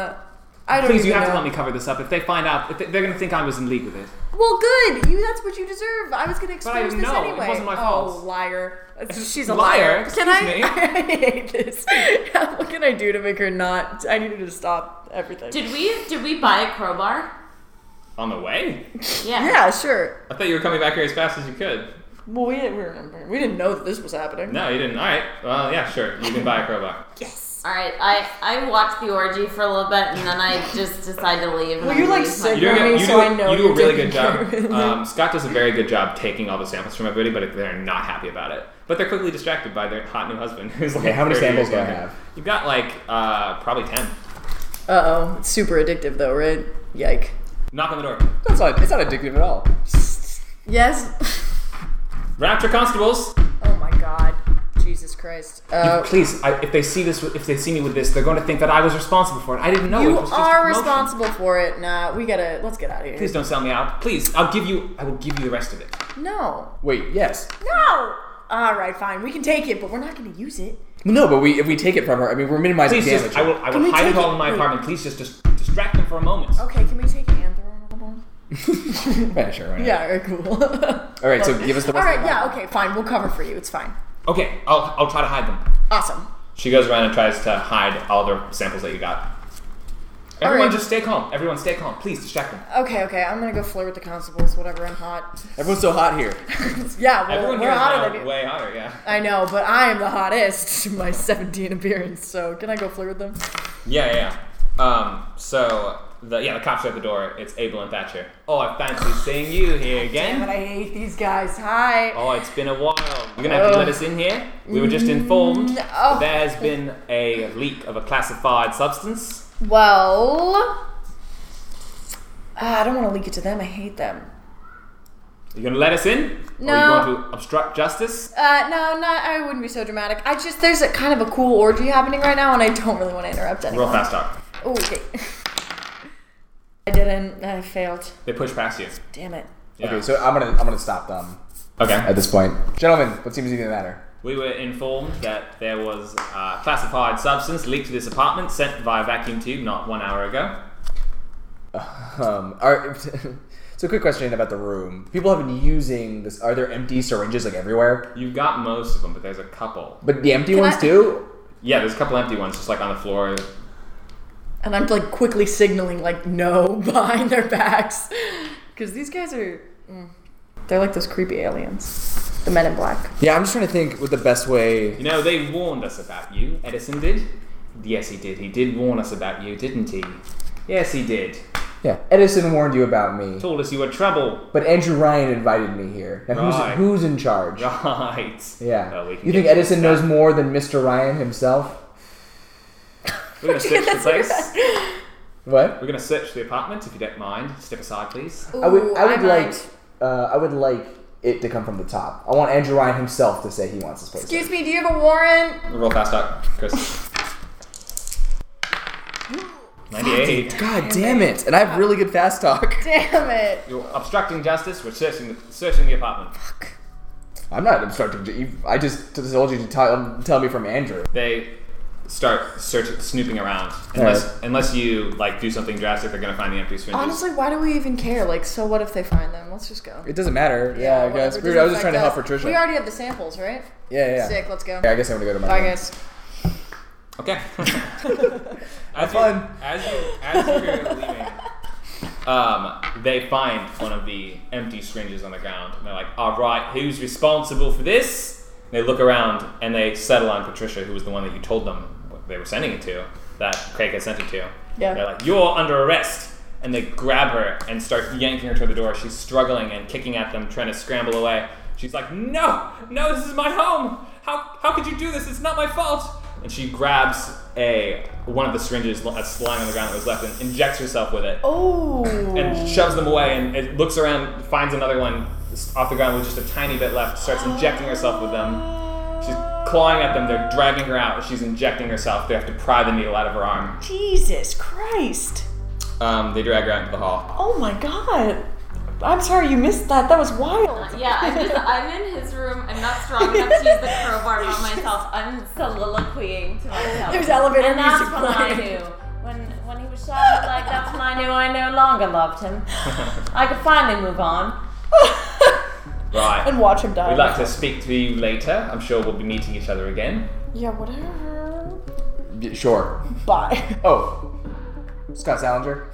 [SPEAKER 5] I
[SPEAKER 4] <laughs>
[SPEAKER 5] don't.
[SPEAKER 4] Please, you
[SPEAKER 5] even
[SPEAKER 4] have to
[SPEAKER 5] know.
[SPEAKER 4] help me cover this up. If they find out, if they, they're going to think I was in league with it.
[SPEAKER 5] Well, good. You. That's what you deserve. I was going to expose
[SPEAKER 4] I didn't
[SPEAKER 5] this
[SPEAKER 4] know. It
[SPEAKER 5] anyway.
[SPEAKER 4] wasn't my
[SPEAKER 5] oh,
[SPEAKER 4] fault.
[SPEAKER 5] liar. She's a
[SPEAKER 4] Liar?
[SPEAKER 5] liar.
[SPEAKER 4] Excuse
[SPEAKER 5] Can <laughs> I?
[SPEAKER 4] me.
[SPEAKER 5] I hate this. <laughs> what can I do to make her not? I need her to stop everything.
[SPEAKER 3] Did we did we buy a crowbar?
[SPEAKER 4] On the way?
[SPEAKER 3] Yeah.
[SPEAKER 5] yeah, sure.
[SPEAKER 4] I thought you were coming back here as fast as you could.
[SPEAKER 5] Well, we didn't remember. We didn't know that this was happening.
[SPEAKER 4] No, you didn't. All right. Well, yeah, sure. You can buy a crowbar.
[SPEAKER 3] All right. I I watched the orgy for a little bit and then I just decided to leave. and
[SPEAKER 5] Well,
[SPEAKER 3] I
[SPEAKER 5] you're, like,
[SPEAKER 3] leave my-
[SPEAKER 5] sick.
[SPEAKER 4] You do, a
[SPEAKER 5] Right,
[SPEAKER 4] good- you
[SPEAKER 5] so
[SPEAKER 4] do,
[SPEAKER 5] I know
[SPEAKER 4] you do a
[SPEAKER 5] you're
[SPEAKER 4] really
[SPEAKER 5] taking
[SPEAKER 4] good job.
[SPEAKER 5] care of it. <laughs>
[SPEAKER 4] Um, Scott does a very good job taking all the samples from everybody, but they're not happy about it. But they're quickly distracted by their hot new husband, <laughs> who's like.
[SPEAKER 6] Okay, how many
[SPEAKER 4] 30
[SPEAKER 6] samples
[SPEAKER 4] years
[SPEAKER 6] do I
[SPEAKER 4] younger.
[SPEAKER 6] have?
[SPEAKER 4] You've got like uh, probably ten.
[SPEAKER 5] Uh oh. It's super addictive, though, right? Yike.
[SPEAKER 4] Knock on the door.
[SPEAKER 6] That's not. It's not addictive at all.
[SPEAKER 5] Yes. <laughs>
[SPEAKER 4] Rapture constables.
[SPEAKER 5] Oh my god. Jesus Christ. Uh,
[SPEAKER 4] Please, I, if they see this, if they see me with this, they're going to think that I was responsible for it. I didn't know.
[SPEAKER 5] you
[SPEAKER 4] it was just
[SPEAKER 5] are
[SPEAKER 4] promotion.
[SPEAKER 5] responsible for it. Nah, we gotta. Let's get out of here.
[SPEAKER 4] Please don't sell me out. Please, I'll give you. I will give you the rest of it.
[SPEAKER 5] No.
[SPEAKER 6] Wait. Yes.
[SPEAKER 5] No! Alright, fine. We can take it, but we're not gonna use it.
[SPEAKER 6] Well, no, but we if we take it from her, I mean, we're minimizing
[SPEAKER 4] Please
[SPEAKER 6] damage.
[SPEAKER 4] just, I will, I
[SPEAKER 5] Can
[SPEAKER 4] will
[SPEAKER 5] we
[SPEAKER 4] hide it
[SPEAKER 5] take
[SPEAKER 4] all
[SPEAKER 5] it-
[SPEAKER 4] in my
[SPEAKER 5] wait.
[SPEAKER 4] apartment. Please just, just distract them for a moment.
[SPEAKER 5] Okay, can we take Anthro on board?
[SPEAKER 6] yeah, sure. why not?
[SPEAKER 5] Yeah, all right, cool. <laughs> all
[SPEAKER 6] All right, so give us the. Rest
[SPEAKER 5] right,
[SPEAKER 6] of the
[SPEAKER 5] yeah, okay, fine. We'll cover for you. It's fine.
[SPEAKER 4] Okay, I'll, I'll try to hide them.
[SPEAKER 5] Awesome.
[SPEAKER 4] She goes around and tries to hide all the samples that you got. Everyone,
[SPEAKER 5] right.
[SPEAKER 4] just stay calm. Everyone, stay calm. Please distract them.
[SPEAKER 5] Okay, okay. I'm gonna go flirt with the constables. Whatever. I'm hot. <laughs>
[SPEAKER 6] Everyone's so hot here.
[SPEAKER 5] Yeah, well,
[SPEAKER 4] Everyone
[SPEAKER 5] we're
[SPEAKER 4] here is
[SPEAKER 5] hotter
[SPEAKER 4] now
[SPEAKER 5] than you.
[SPEAKER 4] way hotter. Yeah.
[SPEAKER 5] I know, but I am the hottest. <laughs> in My 17 appearance. So can I go flirt with them?
[SPEAKER 4] Yeah, yeah. yeah. Um, so the yeah, the cops are at the door. It's Abel and Thatcher. Oh, I fancy seeing you here
[SPEAKER 5] But
[SPEAKER 4] again.
[SPEAKER 5] I hate these guys. Hi.
[SPEAKER 4] Oh, it's been a while. You're gonna have to let us in here. We were just informed
[SPEAKER 5] Mm,
[SPEAKER 4] that
[SPEAKER 5] Oh,
[SPEAKER 4] there has been a leak of a classified substance.
[SPEAKER 5] Well, ah, I don't want to leak it to them. I hate them.
[SPEAKER 4] You gonna let us in? Or
[SPEAKER 5] No.
[SPEAKER 4] are you going to obstruct justice?
[SPEAKER 5] Uh, no, not. I wouldn't be so dramatic. I just there's a kind of a cool orgy happening right now, and I don't really want to interrupt
[SPEAKER 4] Real
[SPEAKER 5] anyone.
[SPEAKER 4] fast talk.
[SPEAKER 5] Ooh, okay. <laughs> I didn't. I failed.
[SPEAKER 4] They push past you.
[SPEAKER 5] Damn it.
[SPEAKER 4] Yeah.
[SPEAKER 6] Okay, so I'm gonna I'm gonna stop them
[SPEAKER 4] okay.
[SPEAKER 6] at this point, gentlemen. What seems to be the matter?
[SPEAKER 4] We were informed that there was a classified substance leaked to this apartment sent via vacuum tube not one hour ago.
[SPEAKER 6] Um, are, <laughs> so quick question about the room. People have been using this. Are there empty syringes like everywhere?
[SPEAKER 4] You've got most of them, but there's a couple.
[SPEAKER 6] But the empty
[SPEAKER 5] Can
[SPEAKER 6] ones
[SPEAKER 5] I-
[SPEAKER 6] too.
[SPEAKER 4] Yeah, there's a couple empty ones just like on the floor.
[SPEAKER 5] And I'm like quickly signaling like no <laughs> behind their backs, because these guys are. mm, They're like those creepy aliens, the Men in Black.
[SPEAKER 6] Yeah, I'm just trying to think what the best way.
[SPEAKER 4] You know, they warned us about you. Edison did. Yes, he did. He did warn us about you, didn't he? Yes, he did.
[SPEAKER 6] Yeah, Edison warned you about me,
[SPEAKER 4] Told us you were trouble. <laughs>
[SPEAKER 6] but Andrew Ryan invited me here. Now who's
[SPEAKER 4] Right.
[SPEAKER 6] who's in charge?
[SPEAKER 4] Right.
[SPEAKER 6] Yeah.
[SPEAKER 4] Well, we can
[SPEAKER 6] you think
[SPEAKER 4] get you
[SPEAKER 6] Edison
[SPEAKER 4] this
[SPEAKER 6] knows more than Mr. Ryan himself?
[SPEAKER 4] We're
[SPEAKER 5] <laughs>
[SPEAKER 4] gonna search the
[SPEAKER 5] That's
[SPEAKER 4] place.
[SPEAKER 6] What?
[SPEAKER 4] We're gonna search the apartment if you don't mind. Step aside, please.
[SPEAKER 5] Ooh,
[SPEAKER 6] I would I would like
[SPEAKER 5] might.
[SPEAKER 6] uh, I would like it to come from the top. I want Andrew Ryan himself to say he wants this place.
[SPEAKER 5] Excuse me. Do you have a warrant? <laughs>
[SPEAKER 4] Roll fast up, Chris. 98.
[SPEAKER 6] God damn it! And I have really good fast talk. <laughs>
[SPEAKER 5] Damn it.
[SPEAKER 4] You're obstructing justice. We're searching the, searching the apartment.
[SPEAKER 6] I'm not obstructing. you- I just told you to tell, um, tell me from Andrew.
[SPEAKER 4] They start search, snooping around.
[SPEAKER 6] right.
[SPEAKER 4] Unless unless you like do something drastic, they're gonna find the empty syringes.
[SPEAKER 5] Honestly, why do we even care? Like, so what if they find them? Let's just go.
[SPEAKER 6] It doesn't matter. Yeah, I guess.
[SPEAKER 5] whatever,
[SPEAKER 6] Screw it,
[SPEAKER 5] doesn't
[SPEAKER 6] I was just
[SPEAKER 5] affect
[SPEAKER 6] trying to help
[SPEAKER 5] us.
[SPEAKER 6] Patricia.
[SPEAKER 5] We already have the samples, right?
[SPEAKER 6] yeah, yeah.
[SPEAKER 5] Sick. Let's go.
[SPEAKER 6] Yeah, I guess I'm gonna go to my.
[SPEAKER 5] Bye,
[SPEAKER 6] room.
[SPEAKER 5] guys.
[SPEAKER 4] Okay. <laughs> as You,
[SPEAKER 6] fun.
[SPEAKER 4] as you as you're leaving, um, they find one of the empty syringes on the ground, and they're like, "All right, who's responsible for this?" And they look around and they settle on Patricia, who was the one that you told them what they were sending it to, that Craig had sent it to.
[SPEAKER 5] Yeah.
[SPEAKER 4] They're like, "You're under arrest." And they grab her and start yanking her toward the door. She's struggling and kicking at them, trying to scramble away. She's like, "No, no, this is my home. How, how could you do this? It's not my fault." and she grabs a one of the syringes lo- that's lying on the ground that was left and injects herself with it
[SPEAKER 5] Oh.
[SPEAKER 4] and shoves them away and it looks around finds another one s- off the ground with just a tiny bit left starts injecting herself with them she's clawing at them they're dragging her out she's injecting herself they have to pry the needle out of her arm
[SPEAKER 5] Jesus Christ.
[SPEAKER 4] um, they drag her out into the hall
[SPEAKER 5] Oh my God. I'm sorry you missed that. That was wild.
[SPEAKER 3] Yeah, I'm just I'm in his room. I'm not strong enough to use the crowbar by myself. I'm soliloquying to myself.
[SPEAKER 5] There's elevator
[SPEAKER 3] and that's
[SPEAKER 5] music
[SPEAKER 3] when I
[SPEAKER 5] playing.
[SPEAKER 3] knew. When when he was shouting like that's when I knew I no longer loved him. I could finally move on.
[SPEAKER 4] <laughs> right
[SPEAKER 5] <laughs> and watch him die.
[SPEAKER 4] we'd like to speak to you later i'm sure we'll be meeting each other again
[SPEAKER 5] yeah, whatever.
[SPEAKER 6] Y- Sure.
[SPEAKER 5] Bye.
[SPEAKER 6] Oh, Scott Salinger.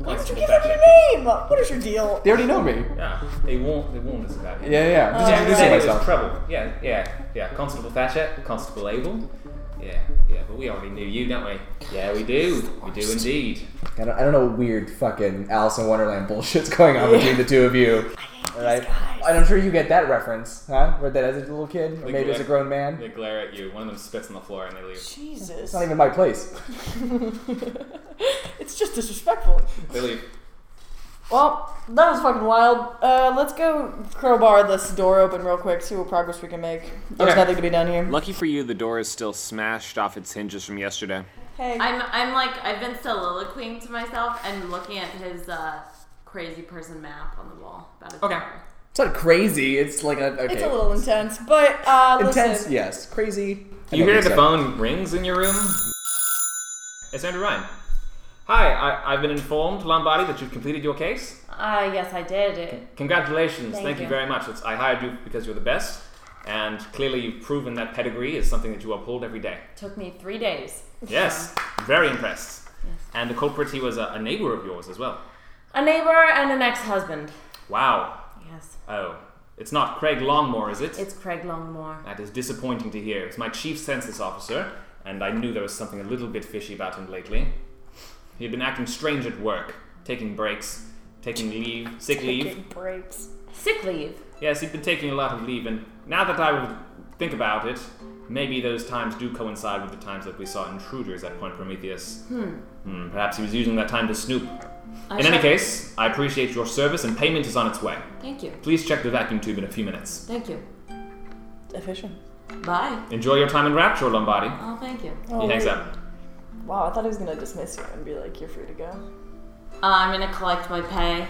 [SPEAKER 5] Why did you
[SPEAKER 4] Constable
[SPEAKER 5] give up
[SPEAKER 4] Thatcher.
[SPEAKER 5] your name? What is your deal?
[SPEAKER 6] They already know me.
[SPEAKER 4] yeah they warned they warned us about you
[SPEAKER 6] Yeah, yeah. I'm just
[SPEAKER 4] Oh, Yeah,
[SPEAKER 6] introducing
[SPEAKER 4] yeah,
[SPEAKER 6] myself.
[SPEAKER 4] there's trouble. Yeah, yeah, yeah. Constable Thatcher, Constable Abel. Yeah, yeah, but we already knew you, don't we? Yeah, we do. We do indeed.
[SPEAKER 6] I don't, I don't know what weird fucking Alice in Wonderland bullshit's <laughs> going on between the two of you. All right. And I'm sure you get that reference, huh? Read that as a little kid, or maybe as a grown man.
[SPEAKER 4] They glare at you. One of them spits on the floor and they leave.
[SPEAKER 5] Jesus. <laughs>
[SPEAKER 6] It's not even my place.
[SPEAKER 5] it's just disrespectful.
[SPEAKER 4] They leave.
[SPEAKER 5] Well, that was fucking wild. Uh, let's go crowbar this door open real quick, see what progress we can make. There's
[SPEAKER 2] Okay.
[SPEAKER 5] nothing to be done here.
[SPEAKER 2] Lucky for you, the door is still smashed off its hinges from yesterday.
[SPEAKER 5] Hey.
[SPEAKER 3] I'm I'm like I've been soliloquying to myself and looking at his uh, crazy person map on the wall. About his
[SPEAKER 4] Okay.
[SPEAKER 3] car.
[SPEAKER 6] It's not crazy. It's like a. Okay.
[SPEAKER 5] It's a little intense, but uh,
[SPEAKER 6] intense.
[SPEAKER 5] listen.
[SPEAKER 6] Yes, crazy. I
[SPEAKER 4] You
[SPEAKER 6] don't
[SPEAKER 4] hear
[SPEAKER 6] think
[SPEAKER 4] the
[SPEAKER 6] so.
[SPEAKER 4] phone rings in your room? It's Andrew Ryan. Hi, I, I've been informed, Lombardi, that you've completed your case.
[SPEAKER 3] Uh, yes, I did. It,
[SPEAKER 4] Congratulations. Thank,
[SPEAKER 3] Thank
[SPEAKER 4] you.
[SPEAKER 3] you.
[SPEAKER 4] very much. It's, I hired you because you're the best, and clearly you've proven that pedigree is something that you uphold every day.
[SPEAKER 3] took me three days.
[SPEAKER 4] Yes, very impressed. And the culprit, he was a, a neighbor of yours as well.
[SPEAKER 3] A neighbor and an ex-husband.
[SPEAKER 4] Wow.
[SPEAKER 3] Yes,
[SPEAKER 4] Oh, it's not Craig Longmore, is it?
[SPEAKER 3] it's Craig Longmore.
[SPEAKER 4] that is disappointing to hear. It's my chief census officer, and I knew there was something a little bit fishy about him lately. He had been acting strange at work, taking breaks, taking leave, sick leave.
[SPEAKER 5] Taking breaks.
[SPEAKER 3] Sick leave.
[SPEAKER 4] Yes, he'd been taking a lot of leave, and now that I would think about it, maybe those times do coincide with the times that we saw intruders at Point Prometheus. Hmm. perhaps he was using that time to snoop.
[SPEAKER 3] I
[SPEAKER 4] In any
[SPEAKER 3] shall-
[SPEAKER 4] case, I appreciate your service, and payment is on its way.
[SPEAKER 3] Thank you.
[SPEAKER 4] Please check the vacuum tube in a few minutes.
[SPEAKER 3] Thank you.
[SPEAKER 5] Efficient.
[SPEAKER 3] Bye.
[SPEAKER 4] Enjoy your time in Rapture, Lombardi.
[SPEAKER 3] Oh, thank you.
[SPEAKER 5] Oh,
[SPEAKER 4] He hangs
[SPEAKER 5] wait.
[SPEAKER 4] up.
[SPEAKER 5] Wow, I thought he was gonna dismiss you and be like, "You're free to go."
[SPEAKER 3] Uh, I'm gonna collect my pay.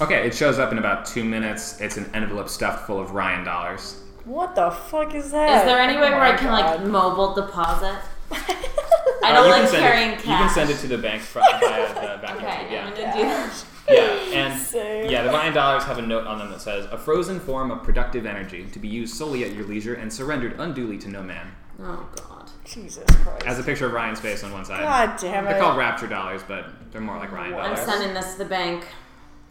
[SPEAKER 4] Okay, it shows up in about two minutes. It's an envelope stuffed full of Ryan dollars.
[SPEAKER 5] What the fuck is that?
[SPEAKER 3] Is there any
[SPEAKER 5] Oh
[SPEAKER 3] way where
[SPEAKER 5] my
[SPEAKER 3] I can like
[SPEAKER 5] <laughs> God.
[SPEAKER 3] mobile deposit? I don't
[SPEAKER 4] you can
[SPEAKER 3] like
[SPEAKER 4] send
[SPEAKER 3] carrying
[SPEAKER 4] it,
[SPEAKER 3] cash.
[SPEAKER 4] You can send it to the bank fr- via the
[SPEAKER 3] <laughs>
[SPEAKER 4] vacuum
[SPEAKER 3] Okay,
[SPEAKER 4] tube. Yeah,
[SPEAKER 3] I'm gonna do that. <laughs>
[SPEAKER 4] yeah, and
[SPEAKER 5] Sick.
[SPEAKER 4] yeah, the Ryan dollars have a note on them that says a frozen form of productive energy to be used solely at your leisure and surrendered unduly to no man.
[SPEAKER 3] Oh God.
[SPEAKER 5] Jesus Christ.
[SPEAKER 4] Has a picture of Ryan's face on one side.
[SPEAKER 5] God damn
[SPEAKER 4] They're
[SPEAKER 5] it.
[SPEAKER 4] called Rapture dollars, but they're more like Ryan
[SPEAKER 3] I'm
[SPEAKER 4] dollars.
[SPEAKER 3] sending this to the bank.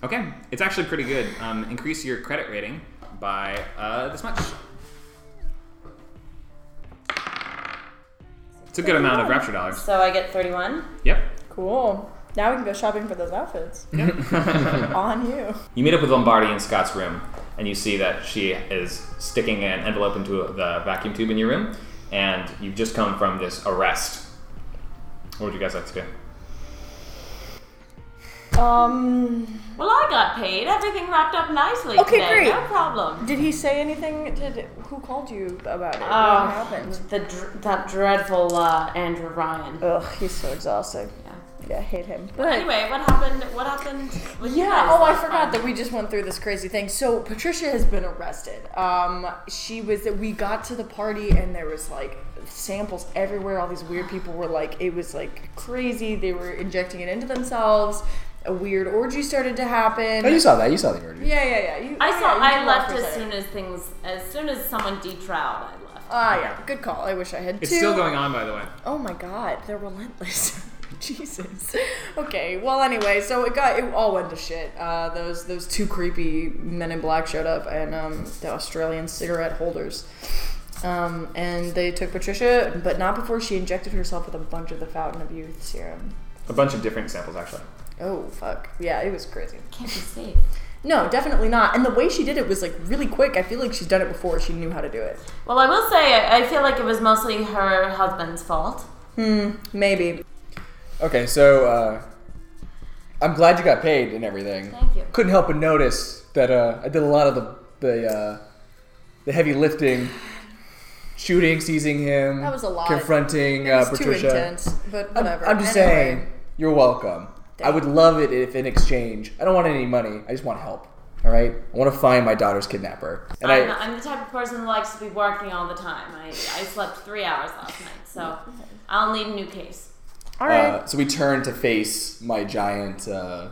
[SPEAKER 4] Okay, it's actually pretty good. Um, increase your credit rating by uh, this much. It's a good amount of rapture dollars.
[SPEAKER 3] So I get 31.
[SPEAKER 4] Yep.
[SPEAKER 5] Cool. Now we can go shopping for those outfits. On you.
[SPEAKER 4] You meet up with Lombardi in Scott's room, and you see that she is sticking an envelope into the vacuum tube in your room, and you've just come from this arrest. What would you guys like to do?
[SPEAKER 5] Um.
[SPEAKER 3] Well, I got paid. Everything wrapped up nicely.
[SPEAKER 5] Okay,
[SPEAKER 3] today.
[SPEAKER 5] great.
[SPEAKER 3] No problem.
[SPEAKER 5] Did he say anything? Did who called you about it?
[SPEAKER 3] Oh.
[SPEAKER 5] what happened?
[SPEAKER 3] The dr- that dreadful uh, Andrew Ryan.
[SPEAKER 5] Ugh, he's so exhausting.
[SPEAKER 3] Yeah.
[SPEAKER 5] Yeah, I hate him.
[SPEAKER 3] Anyway, what happened? What happened? With you
[SPEAKER 5] Yeah.
[SPEAKER 3] guys
[SPEAKER 5] Oh, I
[SPEAKER 3] last
[SPEAKER 5] forgot
[SPEAKER 3] time?
[SPEAKER 5] that we just went through this crazy thing. So Patricia has been arrested. Um, she was. We got to the party and there was like samples everywhere. All these weird people were like, it was like crazy. They were injecting it into themselves. A weird orgy started to happen.
[SPEAKER 6] Oh, you saw that. You saw the orgy.
[SPEAKER 5] yeah, yeah, yeah. You, oh,
[SPEAKER 3] I saw.
[SPEAKER 5] yeah, you
[SPEAKER 3] I
[SPEAKER 5] did
[SPEAKER 3] left
[SPEAKER 5] for a
[SPEAKER 3] as
[SPEAKER 5] second.
[SPEAKER 3] soon as things. As soon as someone detrowed, I left.
[SPEAKER 5] Ah, yeah. Good call. I wish I had
[SPEAKER 4] It's
[SPEAKER 5] two.
[SPEAKER 4] still going on, by the way.
[SPEAKER 5] Oh my god, they're relentless. <laughs> Jesus. Okay. Well, anyway, so it got it all went to shit. Uh, those those two creepy men in black showed up, and um, the Australian cigarette holders, um, and they took Patricia, but not before she injected herself with a bunch of the Fountain of Youth serum.
[SPEAKER 4] A bunch of different samples, actually.
[SPEAKER 5] Oh fuck. Yeah, it was crazy.
[SPEAKER 3] Can't be safe.
[SPEAKER 5] No, definitely not. And the way she did it was like really quick. I feel like she's done it before. She knew how to do it.
[SPEAKER 3] Well, I will say, I I feel like it was mostly her husband's fault.
[SPEAKER 5] Maybe.
[SPEAKER 6] Okay, so uh, I'm glad you got paid and everything.
[SPEAKER 3] Thank you.
[SPEAKER 6] Couldn't help but notice that uh, I did a lot of the the uh, the heavy lifting, shooting, seizing him.
[SPEAKER 5] That was a lot.
[SPEAKER 6] Confronting
[SPEAKER 5] It was
[SPEAKER 6] uh,
[SPEAKER 5] too
[SPEAKER 6] Patricia.
[SPEAKER 5] intense. But
[SPEAKER 6] I'm,
[SPEAKER 5] whatever.
[SPEAKER 6] I'm just
[SPEAKER 5] Anyway. <laughs>
[SPEAKER 6] saying. You're welcome. I would love it if in exchange, I don't want any money. I just want help. All right. I want to find my daughter's kidnapper. And
[SPEAKER 3] I'm,
[SPEAKER 6] I,
[SPEAKER 3] I'm the type of person who likes to be working all the time. I, I slept three hours last night, <laughs> so I'll need a new case.
[SPEAKER 5] All right.
[SPEAKER 6] Uh, so we turn to face my giant, uh,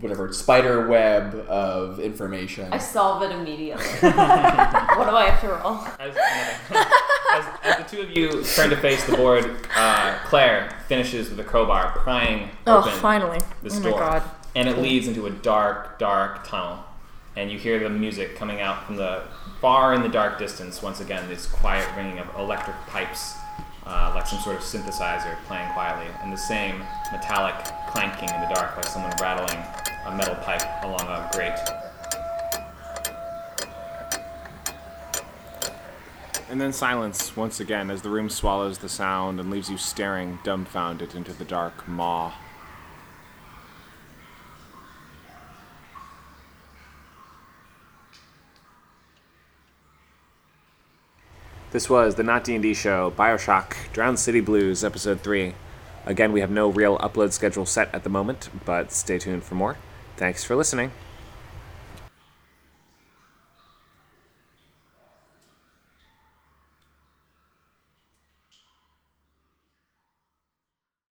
[SPEAKER 6] whatever spider web of information.
[SPEAKER 3] I solve it immediately. <laughs>
[SPEAKER 5] Oh,
[SPEAKER 3] what do I have to roll?
[SPEAKER 4] As, <laughs> as, as the two of you turn to face the board, uh, Claire finishes with a crowbar, prying
[SPEAKER 5] Oh,
[SPEAKER 4] open
[SPEAKER 5] finally.
[SPEAKER 4] this
[SPEAKER 5] oh
[SPEAKER 4] door,
[SPEAKER 5] my god.
[SPEAKER 4] and it leads into a dark, dark tunnel. And you hear the music coming out from the far in the dark distance. Once again, this quiet ringing of electric pipes, uh, like some sort of synthesizer playing quietly, and the same metallic clanking in the dark, like someone rattling a metal pipe along a grate.
[SPEAKER 2] And then silence once again as the room swallows the sound and leaves you staring, dumbfounded, into the dark maw. This was the Not D&D Show, Bioshock, Drowned City Blues, Episode 3. Again, we have no real upload schedule set at the moment, but stay tuned for more. Thanks for listening.